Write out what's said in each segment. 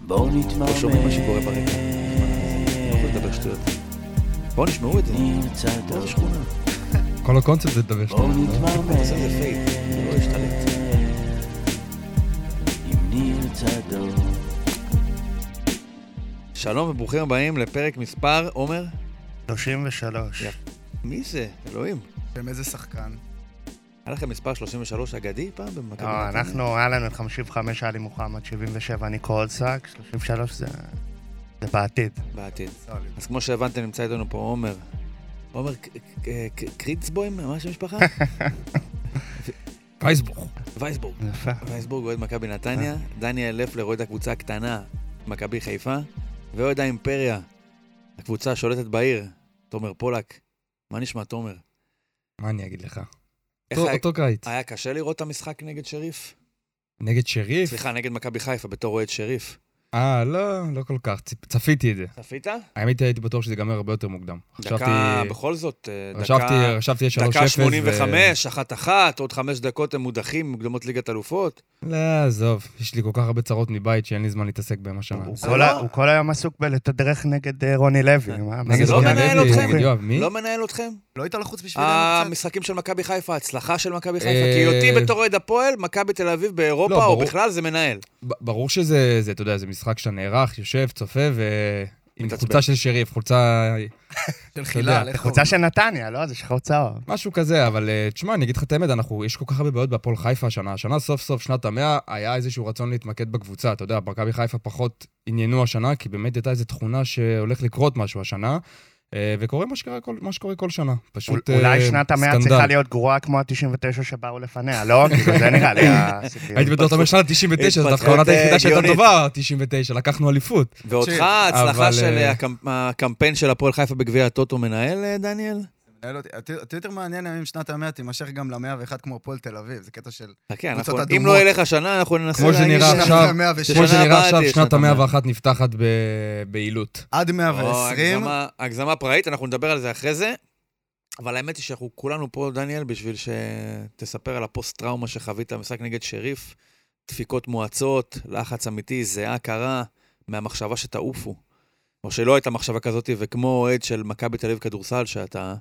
בואו נתמרמר. לא שומעים מה שקורה ברקע. אני לא יכול לדבר שטויות. בואו נשמעו את זה. נמצא בואו דרכו. לשכונה. כל הקונספט זה לדבר בואו שטויות. אה, בואו נעשה איזה נתמרמר. פייט. זה לא ישתלט. עם ניר צדוק. שלום וברוכים הבאים לפרק מספר, עומר. 33. יפה. מי זה? אלוהים. שם איזה שחקן. היה לכם מספר 33 אגדי פעם במכבי? נתניה? לא, אנחנו, היה לנו את 55 עלי מוחמד, 77 ניקו אולסק, 33 זה זה בעתיד. בעתיד. סוליד. אז כמו שהבנתם, נמצא איתנו פה עומר. עומר ק- ק- ק- קריצבוים, מה שם המשפחה? וייסבוך. וייסבורג. יפה. וייסבורג אוהד מכבי נתניה, דניאל לפלר אוהד הקבוצה הקטנה, מכבי חיפה, ואוהד האימפריה, הקבוצה השולטת בעיר, תומר פולק. מה נשמע, תומר? מה אני אגיד לך? איך אה, אותו- היה- אותו קיץ. היה קשה לראות את המשחק נגד שריף? נגד שריף? סליחה, נגד מכבי חיפה, בתור אוהד שריף. אה, לא, לא כל כך. צפ- צפיתי את זה. צפית? האמת הייתי בטוח שזה ייגמר הרבה יותר מוקדם. חשבתי... דקה, בכל זאת, אה, חשבתי, דקה... חשבתי יש 3-0. דקה ו- 85, אחת אחת, עוד חמש דקות הם מודחים מוקדמות ליגת אלופות. לא, עזוב, יש לי כל כך הרבה צרות מבית שאין לי זמן להתעסק בהם השנה. הוא זה כל לא- ה- הוא כל היום עסוק בלתדרך נגד אה, רוני לוי. אה, מה- מה כן. נגד זה? לא רוני מנהל לוי, אתכם? נגד יואב, מי? לא מנהל אתכם? אה, לא היית לחוץ בשבילנו קצת? המשחקים של מכבי חיפה, ההצלחה של מכבי חיפה, אה, כי אותי בתור אוהד הפועל, מכבי תל אביב לא, באירופה, או ברור. בכלל, זה מנהל. ב- ברור שזה, זה, אתה יודע, זה משחק שאתה נערך, יושב, צופה, ו... עם מתעצבן. חולצה של שריף, חולצה... של יודע, חילה, זה לך חולצה הוא. של נתניה, לא? זה שחור צהוב. משהו כזה, אבל אה, תשמע, אני אגיד לך את האמת, אנחנו, יש כל כך הרבה בעיות בהפועל חיפה השנה. השנה, סוף סוף, שנת המאה, היה איזשהו רצון להתמקד בקבוצה. אתה יודע, מכבי חיפה פחות עניינו השנה, כי באמת הייתה איזו תכונה שהולך לקרות משהו השנה, אה, וקורה מה שקרה כל- מה שקורה כל שנה. פשוט אה, אולי שנת המאה צריכה סקנדל. להיות גרועה כמו ה-99 שבאו לפניה, לא? כאילו, זה נראה לי הסיפור. הייתי בטוח, אתה אומר שנת 99, זו דווקא העונת התפתחות, אה, היחידה שהייתה גאונית. טובה, 99, לקחנו אליפות. ואותך, תקשיב, ההצלחה אבל, של אה, הקמפ- הקמפיין של הפועל חיפה בגביע הטוטו מנהל, אה, דניאל? מנהל אותי. הטו- הטוויטר מעניין אם שנת המאה תימשך גם למאה ואחת כמו הפועל תל אביב, זה קטע של... חכה, קבוצות אנחנו- אם אדומות. לא ילך השנה, אנחנו ננסה כמו שזה להגיש... נראה שנת עכשיו, המאה ושש. שנה כמו שנראה הבאה עכשיו, תהיה שנת שנת המאה. ה-101 נפתחת ב- ביעילות. עד מאה או, ועשרים. הגזמה- הגזמה פראית, אנחנו נדבר על זה אחרי זה. אבל האמת היא שאנחנו כולנו פה, דניאל, בשביל שתספר על הפוסט-טראומה שחווית במשחק נגד שריף. דפיקות מואצות, לחץ אמיתי, זיעה קרה, מהמחשבה שתעופו. או שלא הייתה מחשבה כזאת, וכמו אוהד של מכבי תל אביב כדורסל, שאתה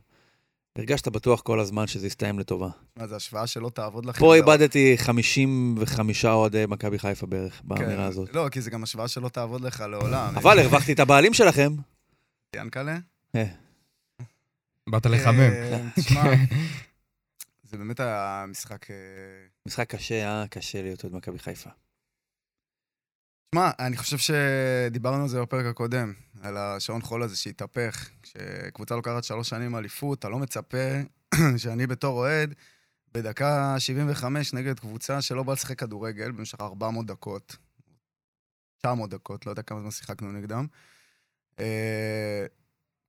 הרגשת בטוח כל הזמן שזה יסתיים לטובה. מה, זו השוואה שלא תעבוד לכם. פה כן, זה- איבדתי 55 אוהדי מכבי חיפה בערך, באמירה כן. הזאת. לא, כי זה גם השוואה שלא תעבוד לך לעולם. אה, אבל הרווחתי את הבעלים שלכם. ינקלה? באת לחמם. אה, תשמע, זה באמת היה משחק... אה, משחק קשה, היה קשה להיות אוהד מכבי חיפה. תשמע, אני חושב שדיברנו על זה בפרק הקודם, על השעון חול הזה שהתהפך. כשקבוצה לוקחת שלוש שנים אליפות, אתה לא מצפה שאני בתור אוהד, בדקה 75 נגד קבוצה שלא באה לשחק כדורגל במשך 400 דקות, 900 דקות, לא יודע כמה זמן שיחקנו נגדם. אה,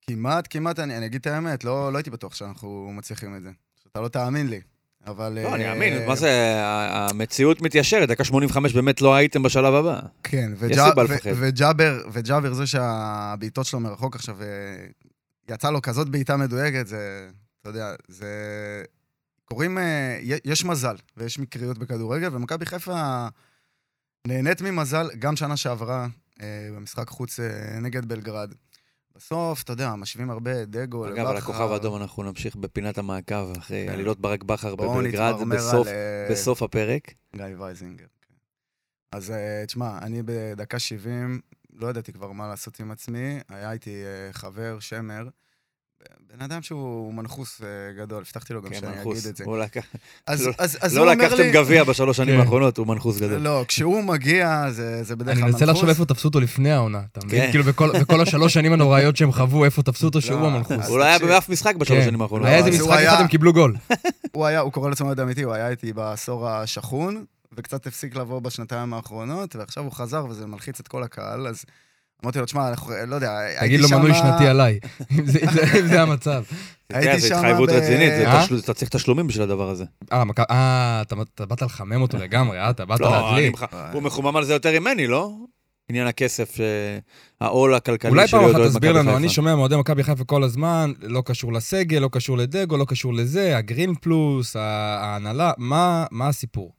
כמעט, כמעט, אני, אני אגיד את האמת, לא, לא הייתי בטוח שאנחנו מצליחים את זה. אתה לא תאמין לי, אבל... לא, אני אה, אאמין, מה זה, ה- המציאות מתיישרת, דקה 85 באמת לא הייתם בשלב הבא. כן, יש וג'אב- סיבה ו- לפחד. וג'אבר, וג'אבר זה שהבעיטות שלו מרחוק עכשיו, אה, יצא לו כזאת בעיטה מדויקת, זה, אתה יודע, זה... קוראים, אה, י- יש מזל ויש מקריות בכדורגל, ומכבי חיפה נהנית ממזל גם שנה שעברה אה, במשחק חוץ אה, נגד בלגרד. בסוף, אתה יודע, משווים הרבה את דגו אגב, על הכוכב האדום אנחנו נמשיך בפינת המעקב, אחרי כן. עלילות ברק בכר בואו בבלגרד, נתמרמר בסוף- על, אה, בסוף הפרק. גיא וייזינגר. כן. אז אה, תשמע, אני בדקה 70, לא ידעתי כבר מה לעשות עם עצמי. היה איתי אה, חבר, שמר, בן אדם שהוא מנחוס אה, גדול, הבטחתי לו גם כן, שאני מנחוס. אגיד את זה. הוא לקח- אז- לא- אז- אז הוא לא אומר לקחתם לי... גביע בשלוש שנים כן. האחרונות, הוא מנחוס גדול. לא, כשהוא מגיע, זה זה בדרך אני כלל מנחוס. מנסה לחשוב איפה תפסו אותו לפני העונה, אתה כן. מבין? כאילו בכל בכל השלוש שנים הנוראיות שהם חוו, איפה תפסו אותו שהוא לא, המנחוס. אז הוא לא היה תקשיב. באף משחק בשלוש כן. שנים האחרונות. היה איזה אז הוא משחק היה- אחד, הם קיבלו גול. הוא היה, הוא קורא לעצמו אדם אמיתי, הוא היה איתי בעשור השחון, וקצת הפסיק לבוא בשנתיים האחרונות, ועכשיו הוא חזר וזה מלחיץ את כל הקהל, אז אמרתי לו, תשמע, אנחנו, לא יודע, תגיד הייתי לו מנוי שמה- שנתי עליי, אם זה- אם זה- אם זה המצב. כן, הייתי זו שמה התחייבות ב- רצינית, זה אה? תשל- אתה צריך תשלומים בשביל הדבר הזה. אה, מכ- אה, אתה- אתה באת לחמם אותו לגמרי, אה? אתה באת לא, אני להדליק. מח- הוא מחומם על זה יותר ממני, לא? עניין הכסף, אה, העול הכלכלי אולי של פעם להיות אחת אוהד מכבי תסביר לנו, אני חיפה. שומע מאוהדי מכבי חיפה כל הזמן, לא קשור לסגל, לא קשור לדגו, לא קשור לזה, הגרין פלוס, ה- ההנהלה, מה מה הסיפור?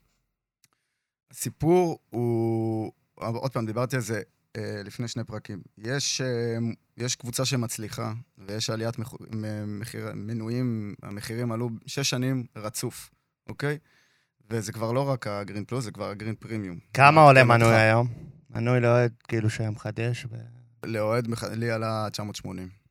הסיפור הוא, עוד פעם, דיברתי על זה, אה, לפני שני פרקים. יש, אה, יש קבוצה שמצליחה, ויש עליית מח... מ- מחיר... מנויים, המחירים עלו שש שנים רצוף, אוקיי? וזה כבר לא רק הגרין פלוס, זה כבר הגרין פרימיום. כמה אני עולה מעדכן מנוי אותך. היום? מנוי לאוהד, כאילו שהיה מחדש. ו- לאוהד, מח- לי עלה 980.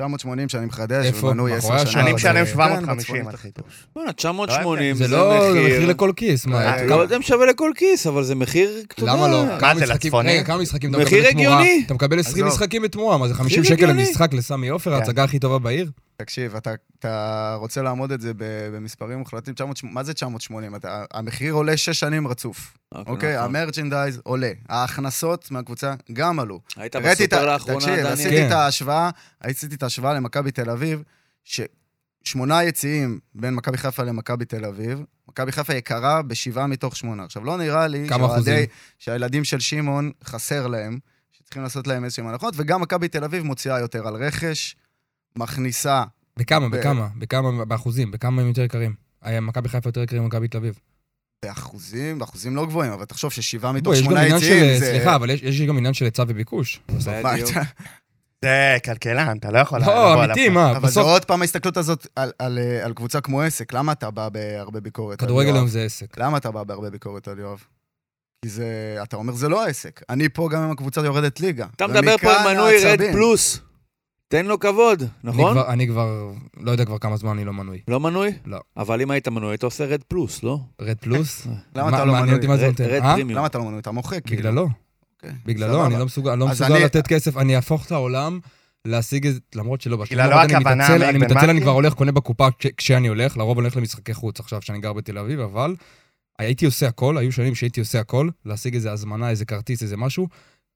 980 שאני מחדש, איפה? ומנוי כן, מאחורי 10 השער שנה. אני אבל משלם זה- 750 על חידוש. בוא'נה, 980 זה לא זה מחיר לכל כיס, מה? אה, אתה- גם זה משווה לכל כיס, אבל זה מחיר, אתה יודע. למה לא? כמה זה, משחקים- לצפוני? רגע, כמה משחקים אתה מחיר מקבל בתמורה? הגיוני. אתה מקבל 20 עזוב. משחקים בתמורה, מה זה 50 מחיר שקל הגיוני. למשחק לסמי עופר, כן. ההצגה הכי טובה בעיר? תקשיב, אתה, אתה רוצה לעמוד את זה ב- במספרים מוחלטים? 980, מה זה 980? אתה, המחיר עולה שש שנים רצוף, אוקיי? נכון. המרצ'נדייז עולה, ההכנסות מהקבוצה גם עלו. היית ראיתי את ה- בסופר לאחרונה, תקשיב, דניאל? עשיתי כן. את ההשוואה, עשיתי את ההשוואה למכבי תל אביב, ששמונה יציאים בין מכבי חיפה למכבי תל אביב, מכבי חיפה יקרה בשבעה מתוך שמונה. עכשיו, לא נראה לי כמה שאוהדי- אחוזים? שהילדים של שמעון חסר להם, שצריכים לעשות להם איזשהם הנחות, וגם מכבי תל אביב מוציאה יותר על רכש, מכניסה בכמה, ב- בכמה, בכמה, באחוזים, בכמה הם יותר יקרים? היה מכבי חיפה יותר יקרים ממכבי תל אביב. באחוזים, באחוזים לא גבוהים, אבל תחשוב ששבעה מתוך בוא, יש גם שמונה עניין יציאים של, זה... סליחה, אבל יש- יש גם עניין של היצע וביקוש. בסוף. מה, בדיוק. אתה- זה כלכלן, אתה לא יכול... לבוא לא, עליו. אמיתי, מה? אבל זה בסוף עוד פעם ההסתכלות הזאת על- על אה, על קבוצה כמו עסק, למה אתה בא בהרבה ביקורת על כדורגל לא היום יואב? זה עסק. למה אתה בא בהרבה ביקורת על יואב? כי זה, אתה אומר, זה לא העסק. אני פה גם אם הקבוצה יורדת ליגה. אתה מדבר פה ומכאן על מנוי רד העצבים. פלוס. תן לו כבוד, אני נכון? כבר- אני כבר, לא יודע כבר כמה זמן אני לא מנוי. לא מנוי? לא. אבל אם היית מנוי, היית עושה רד פלוס, לא? רד פלוס? למה מה- אתה לא מעניין מנוי? אותי מה זה רד- נותן. רד אה? פרימיום. למה אתה לא מנוי? אתה מוחק. כאילו. בגללו, אוקיי, בגללו, סבבה. אני לא מסוגל לא אז מסוגל אני- לתת כסף, אני אהפוך את העולם להשיג את זה, למרות שלא בשנים בגללו האחרונות אני הכוונה, מתעצל, עמית אני בן מתעצל, אני מרקי? כבר הולך, קונה בקופה כש- כשאני הולך, לרוב אני הולך למשחקי חוץ עכשיו, שאני גר בתל אביב, אבל הייתי עושה הכל, היו שנים שהייתי עושה הכל, להשיג איזה הזמנה, איזה כרטיס, איזה משהו,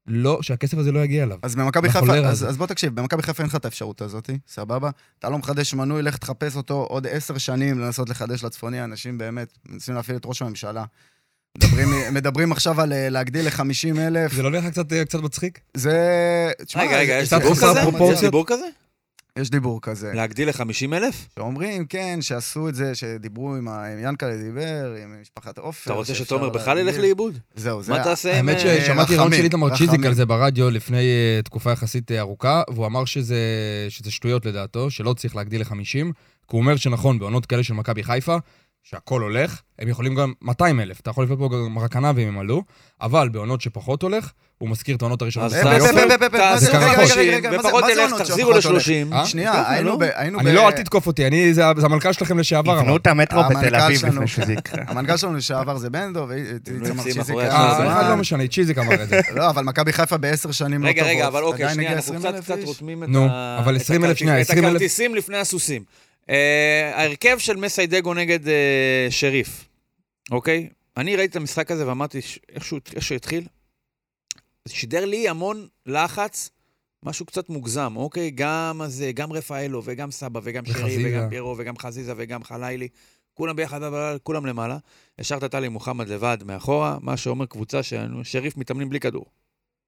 לא, שהכסף הזה לא יגיע אליו. אז במכבי בחולרה חיפה, אז, הזאת. אז בוא תקשיב, במכבי חיפה אין לך את האפשרות הזאת, סבבה? אתה לא מחדש מנוי, לך תחפש אותו עוד עשר שנים לנסות לחדש לצפוני, אנשים באמת מנסים להפעיל את ראש הממשלה. מדברים, מדברים עכשיו על אה, להגדיל ל-50 אלף, זה לא נראה לך קצת- קצת מצחיק? זה... תשמע, רגע, רגע, זה- יש זה- דיבור זה- חסר זה- כזה? יש פרופורציות. דיבור לא. כזה? יש דיבור כזה. להגדיל ל-50 אלף? שאומרים, כן, שעשו את זה, שדיברו עם ה- עם ינקלה, דיבר, עם משפחת עופר. אתה רוצה שאפשר שתומר בכלל להגדיל. ילך לאיבוד? זהו, זה... מה ה- תעשה עם... האמת אה, ששמעתי רעיון רחמים, של איתמר צ'יזיק רחמים. על זה ברדיו לפני אה, תקופה יחסית אה, ארוכה, והוא אמר שזה שזה שטויות לדעתו, שלא צריך להגדיל ל-50, כי הוא אומר שנכון, בעונות כאלה של מכבי חיפה, שהכל הולך, הם יכולים גם 200 אלף, אתה יכול לבנות פה גם רק ענבים הם עלו, אבל בעונות שפחות הולך, הוא מזכיר את העונות הראשונות אז של אה, סמי אה, עופר. אה, אה, אה, מה תעשו זה ככה? רגע, רגע, 50, רגע, מה זה- ופחות מה זה אלף, עונות תחזירו שפחות הולך? ל-30. אה? שנייה, ככה, היינו לא? ב... היינו אני ב- לא, אל תתקוף אותי, אני, זה זה המנכ"ל שלכם לשעבר. יבנו אמר. את המטרו המנכ"ל בתל אביב שלנו. כן. לפני שזה יקרה. המנכ"ל שלנו לשעבר זה בנדו, לא יוצאים ואיתמר מאחורי שיזיק השער, היה זה אה, אחד זמן. לא משנה, צ'יזיק אמר את זה. לא, אבל מכבי חיפה בעשר שנים לא טובות. רגע, רגע, אבל אוקיי, עדיין שנייה, הגיע אנחנו 20,000 קצת קצת איש. רותמים את נו, ה- אבל את 20,000, שנייה, הכרטיס- 20,000. את הכרטיסים לפני הסוסים. אה, ההרכב של מסיידגו נגד אה, שריף, אוקיי? אני ראיתי את המשחק הזה ואמרתי, ש- איכשהו, איך שהתחיל, שידר לי המון לחץ, משהו קצת מוגזם, אוקיי? גם הזה, גם רפאלו, וגם סבא, וגם שרי, וחזיזה. וגם פיירו, וגם חזיזה, וגם חלילי. כולם ביחד, אבל כולם למעלה. השארת את טלי מוחמד לבד מאחורה, מה שאומר קבוצה ששריף מתאמנים בלי כדור.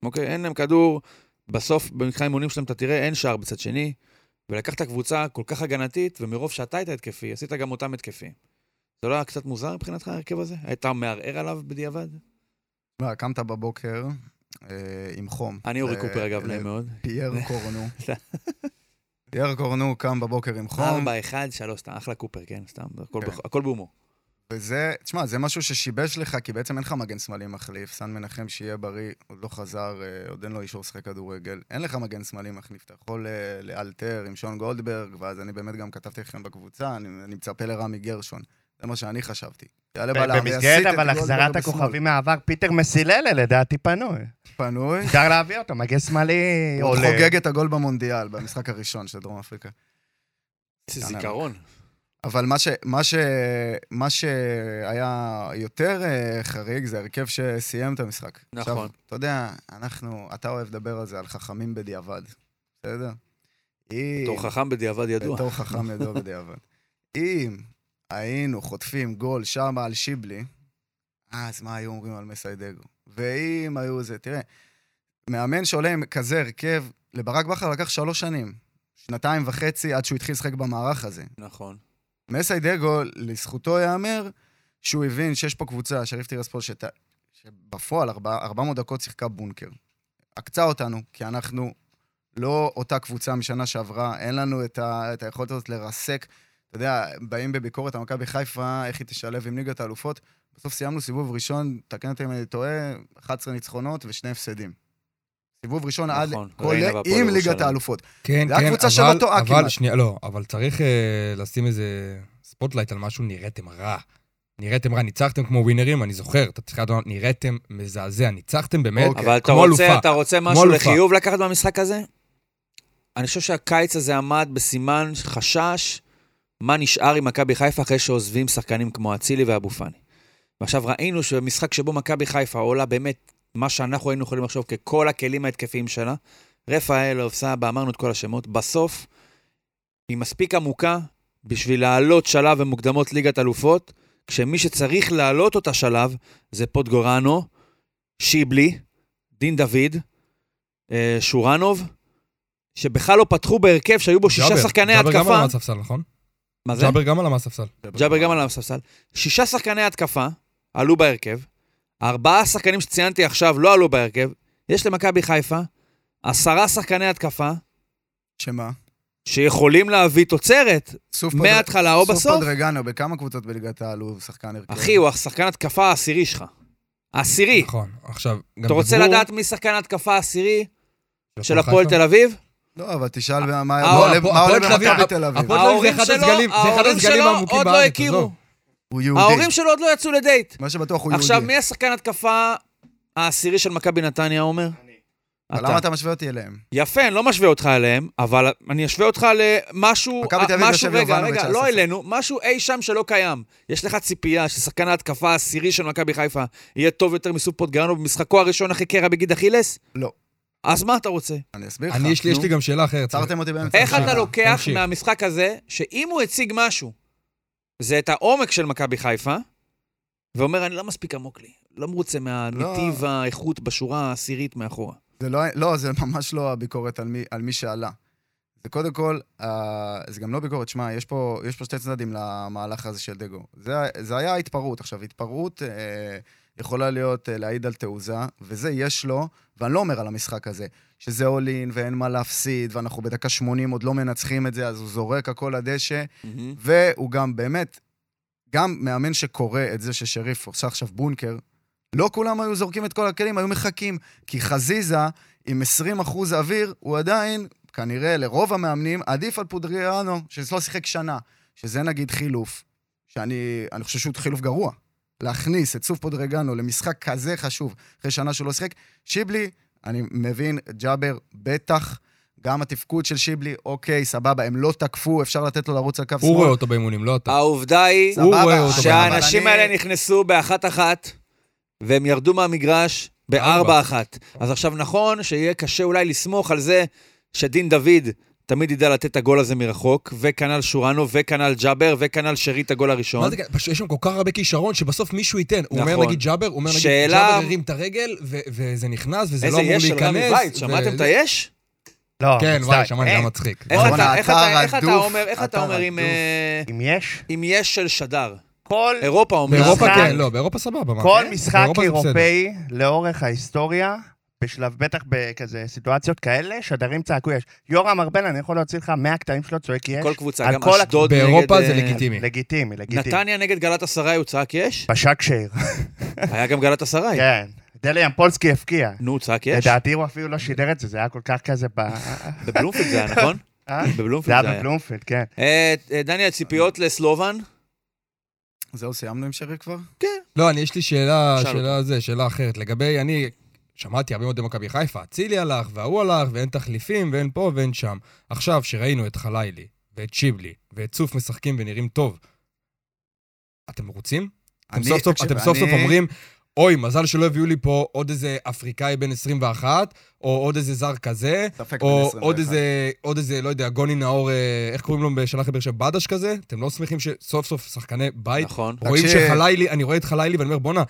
אוקיי? אין להם כדור, בסוף במקרה האימונים שלהם אתה תראה, אין שער בצד שני. ולקחת קבוצה כל כך הגנתית, ומרוב שאתה היית התקפי, עשית גם אותם התקפיים. זה לא היה קצת מוזר מבחינתך ההרכב הזה? היית מערער עליו בדיעבד? מה, לא, קמת בבוקר אה, עם חום. אני אורי ל- קופר אגב, ל- נעים מאוד. פייר קורנו. פייר קורנו קם בבוקר אה, עם חום, ארבע, אחד, שלוש, אתה אחלה קופר, כן, סתם, הכל אה, כן. בח- הכל בהומור. וזה, תשמע, זה משהו ששיבש לך, כי בעצם אין לך מגן שמאלי מחליף. סן מנחם, שיהיה בריא, עוד לא חזר, אה, עוד אין לו אישור לשחק כדורגל. אין לך מגן שמאלי מחליף, אתה יכול אה, לאלתר עם שון גולדברג, ואז אני באמת גם כתבתי לכם בקבוצה, אני אני מצפה לרמי גרשון. זה מה שאני חשבתי. יעלה בלם, ויסיט במסגרת את אבל גולדברג החזרת בשמאל. הכוכבים מהעבר, פיטר מסיללה לדעתי פנוי. פנוי. אפשר להביא אותו, מגן שמאלי הוא עולה. חוגג את הגול במונדיאל, במשחק הראשון של דרום אפריקה. איזה יאללה. זיכרון. אבל מה, ש, מה, ש, מה שהיה יותר אה, חריג זה הרכב שסיים את המשחק. נכון. עכשיו, אתה יודע, אנחנו, אתה אוהב לדבר על זה, על חכמים בדיעבד, בסדר? אם- בתור חכם בדיעבד ידוע. בתור חכם ידוע בדיעבד. אם היינו חוטפים גול שם על שיבלי, אז מה היו אומרים על מסיידגו? ואם היו זה, תראה, מאמן שעולה עם כזה הרכב, לברק בכר לקח שלוש שנים, שנתיים וחצי עד שהוא התחיל לשחק במערך הזה. נכון. מסיידגו, לזכותו ייאמר, שהוא הבין שיש פה קבוצה, שריף טירספול, שת... שבפועל ארבע- 400 דקות שיחקה בונקר. עקצה אותנו, כי אנחנו לא אותה קבוצה משנה שעברה, אין לנו את, ה, את היכולת הזאת לרסק. אתה יודע, באים בביקורת על מכבי חיפה, איך היא תשלב עם ליגת האלופות. בסוף סיימנו סיבוב ראשון, תקן אותי אם אני טועה, 11 ניצחונות ושני הפסדים. סיבוב ראשון נכון, עד, כולל ראינו בהפועל עם ליגת ירושלים. האלופות. כן, זה היה כן, קבוצה שלא אבל- טועה אבל, כמעט. שנייה, לא, אבל צריך אה, לשים איזה ספוטלייט על משהו, נראיתם רע. נראיתם רע, ניצחתם כמו ווינרים, אני זוכר, אתה צריך לדעת, נראיתם מזעזע, ניצחתם באמת, אוקיי, אבל אתה כמו רוצה, אלופה, אתה רוצה משהו אלופה. לחיוב לקחת במשחק הזה? אני חושב שהקיץ הזה עמד בסימן חשש מה נשאר עם מכבי חיפה אחרי שעוזבים שחקנים כמו אצילי ואבו פאני. ועכשיו ראינו שבמשחק שבו מכבי חיפה עולה באמת מה שאנחנו היינו יכולים לחשוב ככל הכלים ההתקפיים שלה, רפאלוב, סבא, אמרנו את כל השמות, בסוף היא מספיק עמוקה בשביל לעלות שלב במוקדמות ליגת אלופות, כשמי שצריך לעלות אותה שלב זה פוטגורנו, שיבלי, דין דוד, אה, שורנוב, שבכלל לא פתחו בהרכב שהיו בו שישה ג'אבר, שחקני ג'אבר גם התקפה. עלה מהספסל, נכון? מה זה? ג'אבר גם עלה מהספסל. ג'אבר גם על הספסל. שישה שחקני התקפה עלו בהרכב, ארבעה שחקנים שציינתי עכשיו לא עלו בהרכב, יש למכבי חיפה עשרה שחקני התקפה שמה? שיכולים להביא תוצרת סוף מההתחלה אה, או סוף בסוף. פדרגנו, בכמה קבוצות בליגת העל הוא שחקן הרכב? אחי, הוא השחקן התקפה העשירי שלך. עשירי. נכון, עכשיו, גם אתה רוצה דיברו- לדעת מי שחקן התקפה העשירי של חיפה. לא, הפועל תל אביב? לא, אבל תשאל מה מה אה, הפועל- עולה מה עולה הפועל תל אביב- במכבי תל אביב. הפועל- תל אביב ההורים זה אחד שלו, הסגלים- זה אחד ההורים הסגלים שלו העמוקים עוד לא בארץ, הכירו. עזוב. הוא יהודי. ההורים שלו עוד לא יצאו לדייט. מה שבטוח הוא יהודי. עכשיו, מי השחקן התקפה העשירי של מכבי נתניה, עומר? אבל למה אתה משווה אותי אליהם? יפה, אני לא משווה אותך אליהם, אבל אני אשווה אותך למשהו, מכבי תל אביב משהו, יושב רגע, יובנוביץ' רגע, על לא הספסל. אלינו, משהו אי שם שלא קיים. יש לך ציפייה ששחקן ההתקפה העשירי של מכבי חיפה יהיה טוב יותר מסופוט גרנו במשחקו הראשון אחרי קרע בגיד אכילס? לא. אז מה אתה רוצה? אני אסביר לך. אני, יש לי- יש לי נו. גם שאלה אחרת. עצרתם אותי באמצע. איך השאלה. אתה לוקח תמשיך. מהמשחק הזה, שאם הוא הציג משהו, זה את העומק של מכבי חיפה, ואומר, אני לא מספיק עמוק לי, לא מרוצה לא. מהנתיב האיכות בשורה העשירית מאחורה. זה לא, לא, זה ממש לא הביקורת על מי, על מי שעלה. זה קודם כל, אה, זה גם לא ביקורת, שמע, יש פה, יש פה שתי צדדים למהלך הזה של דגו. זה, זה היה התפרעות. עכשיו, התפרעות אה, יכולה להיות אה, להעיד על תעוזה, וזה יש לו, ואני לא אומר על המשחק הזה, שזה אולין ואין מה להפסיד, ואנחנו בדקה 80 עוד לא מנצחים את זה, אז הוא זורק הכל לדשא, והוא גם באמת, גם מאמן שקורא את זה ששריף עושה עכשיו בונקר, לא כולם היו זורקים את כל הכלים, היו מחכים. כי חזיזה, עם 20 אחוז אוויר, הוא עדיין, כנראה לרוב המאמנים, עדיף על פודריאנו, שלא שיחק שנה. שזה נגיד חילוף, שאני אני חושב שהוא חילוף גרוע. להכניס את סוף פודרגנו למשחק כזה חשוב, אחרי שנה שהוא לא שיחק. שיבלי, אני מבין, ג'אבר, בטח. גם התפקוד של שיבלי, אוקיי, סבבה, הם לא תקפו, אפשר לתת לו לרוץ על קו שמאל. הוא רואה אותו באימונים, לא אתה. העובדה היא... סבבה, הוא רואה אותו אבל שהאנשים אני- האלה נכנסו באחת-אחת, והם ירדו מהמגרש בארבע-אחת. אז עכשיו נכון שיהיה קשה אולי לסמוך על זה שדין דוד תמיד ידע לתת את הגול הזה מרחוק, וכנ"ל שורנו, וכנ"ל ג'אבר, וכנ"ל שרי את הגול מה הראשון. זה, פשוט יש שם כל כך הרבה כישרון, שבסוף מישהו ייתן. הוא אומר נכון. נגיד ג'אבר, הוא אומר נגיד שאלה- ג'אבר הרים את הרגל, ו- וזה נכנס, וזה איזה לא אמור יש של רמי להיכנס. וייץ, ו- שמעתם את זה- היש? לא, כן, מצטער. וואי, שמעתי, זה היה מצחיק. איך בואנה, אתה- איך אתה אתה- איך אתה רדוף, אומר- איך אתה אתה אומר עם, רדוף. אה, אם יש, עם יש של שדר? כל אירופה אומר. באירופה משחק- אה, כן, לא, באירופה סבבה. מה? כל כן? משחק באירופה זה בסדר. אירופאי לאורך ההיסטוריה, בשלב, בטח בכזה סיטואציות כאלה, שדרים צעקו יש. יורם ארבל, אני יכול להוציא לך 100 קטעים שלו צועק יש. כל קבוצה, על גם כל אשדוד נגד... באירופה זה אה, לגיטימי. לגיטימי, לגיטימי. נתניה נגד גלת אסריי הוא צעק יש? בשק שיר. היה גם גלת אסריי. כן. דליאן פולסקי הפקיע. נו, צעק יש. לדעתי הוא אפילו לא שידר את זה, זה היה כל כך כזה ב... בבלומפילד זה היה, נכון? אה? זה בבלומפילד היה זה היה. בבלומפילד, כן. אה, אה, דניאל, ציפיות לסלובן? זהו, סיימנו עם שרי כבר? לא, אני, יש לי שאלה, שאל שאלה זה, שאלה אחרת. לגבי, אני שמעתי הרבה מאוד במכבי חיפה, אצילי הלך, וההוא הלך, ואין תחליפים, ואין פה ואין שם. עכשיו, שראינו את חלילי, ואת שיבלי, ואת צוף משחקים ונראים טוב, אתם מרוצים? אתם אני- סוף סוף, תקשיב, אתם סוף סוף אני- אומרים, אוי, מזל שלא הביאו לי פה עוד איזה אפריקאי בן 21, או עוד איזה זר כזה, ספק בן או 21. עוד איזה, עוד איזה, לא יודע, גוני נאור, אה, איך קוראים לו בשלח לבאר שבע? בדש כזה? אתם לא שמחים שסוף סוף שחקני בית נכון. רואים תקשיב. שחלילי, אני רואה את חלילי ואני אומר, בואנה,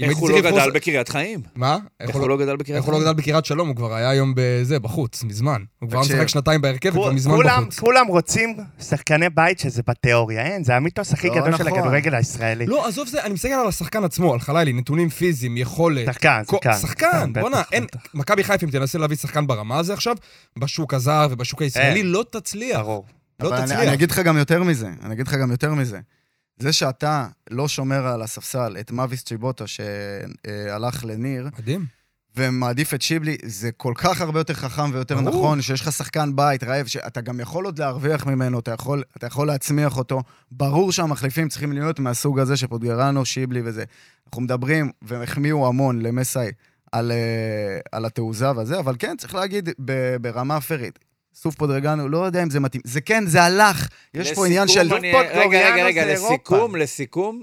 אם איך הייתי הוא צריך לא לבחור- גדל בקריית חיים? מה? איך הוא לא גדל איך בקריית הוא לא חיים? גדל בקריית שלום? הוא כבר היה היום בזה, בחוץ, מזמן. הוא כבר תקשיב. משחק שנתיים בהרכב, הוא כבר כו- מזמן כולם- בחוץ. כולם רוצים שחקני בית שזה בתיאוריה, אין? זה המיתוס הכי לא גדול של נכון. הכדורגל הישראלי. לא, עזוב זה, אני מסתכל על השחקן עצמו, על חלילי, נתונים פיזיים, יכולת. שחקן, כל- שחקן. שחקן, בטח, בואנה, אין, בטח. מכבי חיפה, אם תנסה להביא שחקן ברמה הזו עכשיו, בשוק הזר ובשוק הישראלי, אין. לא תצליח. ברור. לא אה. אבל אני, תצליח. אני אגיד לך גם יותר מזה, אני אגיד לך גם יותר מזה. זה שאתה לא שומר על הספסל את מאביס צ'יבוטה שהלך לניר, מדהים. ומעדיף את שיבלי, זה כל כך הרבה יותר חכם ויותר ברור. נכון, שיש לך שחקן בית רעב, שאתה גם יכול עוד להרוויח ממנו, אתה יכול, אתה יכול להצמיח אותו. ברור שהמחליפים צריכים להיות מהסוג הזה שפוטגרנו, שיבלי וזה. אנחנו מדברים, והחמיאו המון למסאי על, אה, על התעוזה וזה, אבל כן, צריך להגיד ב, ברמה פרית. סוף פודרגנו, לא יודע אם זה מתאים. זה כן, זה הלך. יש פה עניין של... לסיכום, אני- רגע, רגע, רגע, לסיכום, לסיכום.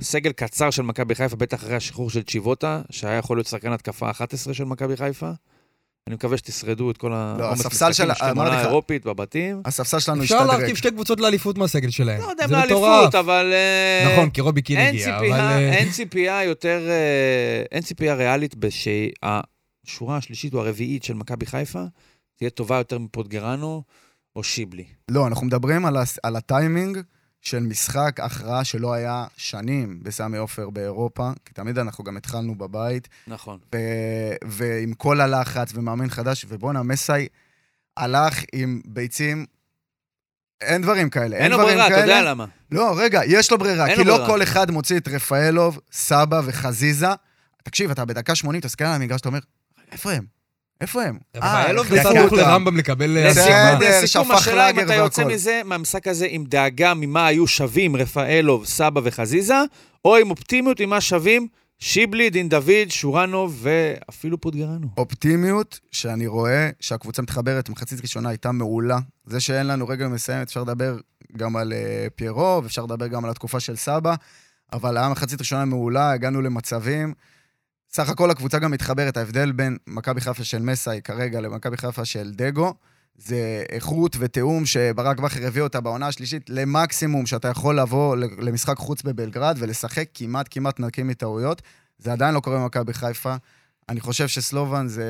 סגל קצר של מכבי חיפה, בטח אחרי השחרור של צ'יבוטה, שהיה יכול להיות שחקן התקפה 11 של מכבי חיפה. אני מקווה שתשרדו את כל העומס לא, הספסל משחקים של- שאתם אמרתי עונה לך. אירופית בבתים. הספסל שלנו אפשר השתדרג. להרכיב שתי קבוצות לאליפות מהסגל כן. שלהם. לא יודע אם זה מטורף. לאליפות, אבל... אה, נכון, כי רובי קין אין הגיע, אבל... ציפייה, אה, אין ציפייה יותר, אה, אין ציפייה ריאלית שהשורה השלישית או הרביעית של מכבי חיפה תהיה טובה יותר מפוטגרנו או שיבלי. לא, אנחנו מדברים על, הס... על הטיימינג של משחק הכרעה שלא היה שנים בסמי עופר באירופה, כי תמיד אנחנו גם התחלנו בבית, נכון. ו... ועם כל הלחץ ומאמן חדש, ובואנה, מסאי הלך עם ביצים... אין דברים כאלה. אין לו דברים ברירה, אתה כאלה. יודע למה. לא, רגע, יש לו ברירה, אין כי לו לא ברירה. כל אחד מוציא את רפאלוב, סבא וחזיזה. תקשיב, אתה בדקה 80, אתה מסתכל על המגרש, אתה אומר, איפה הם? איפה הם? אה, אבל אלוב החליפו בסמוך אותם. לרמב"ם לקבל... אה, לסיכום, הסכמה. בסדר, לסיכום, שפך השאלה אם לאגר אתה יוצא והכל. מזה, מהמשחק הזה, עם דאגה ממה היו שווים רפאלוב, סבא וחזיזה, או עם אופטימיות ממה שווים שיבלי, דין דוד, שורנוב ואפילו פוטגרנו. אופטימיות שאני רואה שהקבוצה מתחברת, מחצית ראשונה הייתה מעולה. זה שאין לנו רגל מסיימת, אפשר לדבר גם על אה, פיירו, ואפשר לדבר גם על התקופה של סבא, אבל היה מחצית ראשונה מעולה, הגענו למצבים. סך הכל הקבוצה גם מתחברת, ההבדל בין מכבי חיפה של מסאי כרגע למכבי חיפה של דגו, זה איכות ותיאום שברק בכר הביא אותה בעונה השלישית למקסימום, שאתה יכול לבוא למשחק חוץ בבלגרד ולשחק כמעט כמעט נקי מטעויות. זה עדיין לא קורה במכבי חיפה. אני חושב שסלובן זה,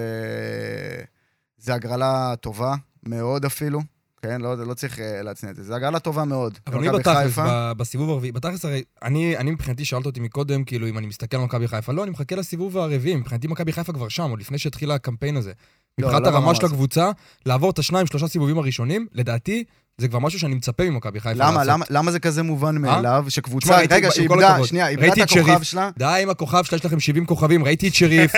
זה הגרלה טובה, מאוד אפילו. כן, לא, לא צריך אה, להצניע את זה. זה הגרלה טובה מאוד. אבל אני במכבי בתכלס, חיפה. ב- בסיבוב הרביעי, בתכלס הרי, אני, אני מבחינתי, שאלת אותי מקודם, כאילו, אם אני מסתכל על מכבי חיפה, לא, אני מחכה לסיבוב הרביעי, מבחינתי מכבי חיפה כבר שם, עוד לפני שהתחיל הקמפיין הזה. לא, מבחינת לא הרמה ברמה של הזאת. הקבוצה, לעבור את השניים, שלושה סיבובים הראשונים, לדעתי, זה כבר משהו שאני מצפה ממכבי חיפה למה, לעשות. למה, למה זה כזה מובן מאליו? שקבוצה, אה? תשמע, ראיתי- רגע, עם כל שאיבדה, הכבוד, שנייה, איבדה ראיתי את את שריף. הכוכב שלה, די עם הכוכב שלה, יש לכם 70 כוכבים, ראיתי את שריף,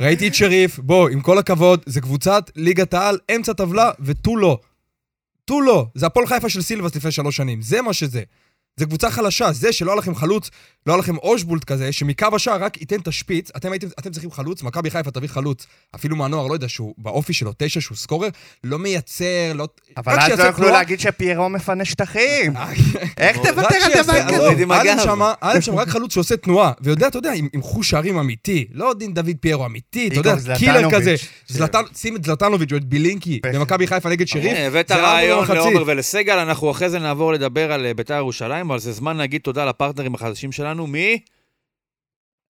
ראיתי את שריף. בוא, עם כל הכבוד, זה קבוצת ליגת העל, אמצע טבלה ותו לא. תו לא. זה הפועל חיפה של סילבס לפני שלוש שנים, זה מה שזה. זה קבוצה חלשה, זה שלא היה לכם חלוץ, לא היה לכם אושבולט כזה, שמקו השער רק ייתן את השפיץ, אתם, הייתם, אתם צריכים חלוץ, מכבי חיפה תביא חלוץ, אפילו מהנוער, לא יודע, שהוא באופי שלו תשע, שהוא סקורר, לא מייצר, לא... אבל רק אז לא שיעשה יוכלו תנועה. להגיד שפיירו מפנה שטחים. איך רק תוותר על דבר כזה? עזוב, עם הגב. היה להם שם רק חלוץ שעושה תנועה, ויודע, אתה יודע, עם עם חוש שערים אמיתי, לא דין דוד פיירו אמיתי, אתה יודע, איגור זלטנוביץ'. קילר כזה. זלטן- שים את זלטנוביץ' או את בילינקי בהחלט. במכבי חיפה נגד שריף. הנה, אה, הבאת זה היה אמור רעיון במחצית. לעומר ולסגל, אנחנו אחרי זה נעבור לדבר על אה, בית"ר ירושלים, אבל זה זמן להגיד תודה לפרטנרים החדשים שלנו, מי?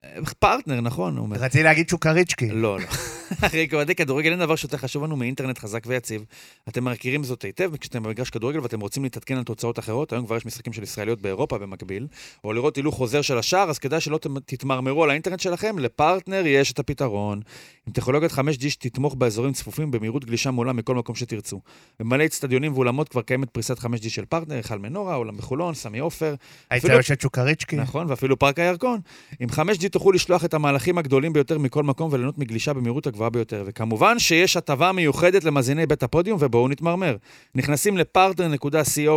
אה, פרטנר, נכון, עומר. רציתי להגיד שוקריצ'קי. לא, לא. אחרי כאוהדי כדורגל אין דבר שיותר חשוב לנו מאינטרנט חזק ויציב. אתם מכירים זאת היטב כשאתם במגרש כדורגל ואתם רוצים להתעדכן על תוצאות אחרות, היום כבר יש משחקים של ישראליות באירופה במקביל, או לראות הילוך חוזר של השער, אז כדאי שלא ת- תתמרמרו על האינטרנט שלכם, לפרטנר יש את הפתרון. עם טכנולוגיית 5G שתתמוך באזורים צפופים במהירות גלישה מעולה מכל מקום שתרצו. במלא אצטדיונים ואולמות כבר קיימת פריסת 5G של פרטנר, היכל מנורה, אולם בחולון, סמי עופר, היית אפילו- יושב שוקריצ'קי. נכון, ואפילו פארק הירקון. עם 5G תוכלו לשלוח את המהלכים הגדולים ביותר מכל מקום וליהנות מגלישה במהירות הגבוהה ביותר. וכמובן שיש הטבה מיוחדת למאזיני בית הפודיום, ובואו נתמרמר. נכנסים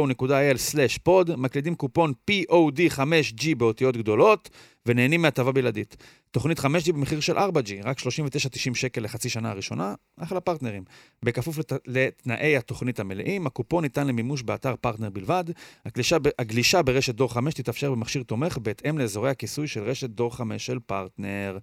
לפרטנר.co.il/pod, מקלידים קופון POD5G באותיות גדולות, ונהנים מהטבה בלעדית. תוכנית 5G במחיר של 4G, רק 39.90 שקל לחצי שנה הראשונה, אחלה פרטנרים. בכפוף לת... לתנאי התוכנית המלאים, הקופון ניתן למימוש באתר פרטנר בלבד. הגלישה, ב- הגלישה ברשת דור 5 תתאפשר במכשיר תומך בהתאם לאזורי הכיסוי של רשת דור 5 של פרטנר.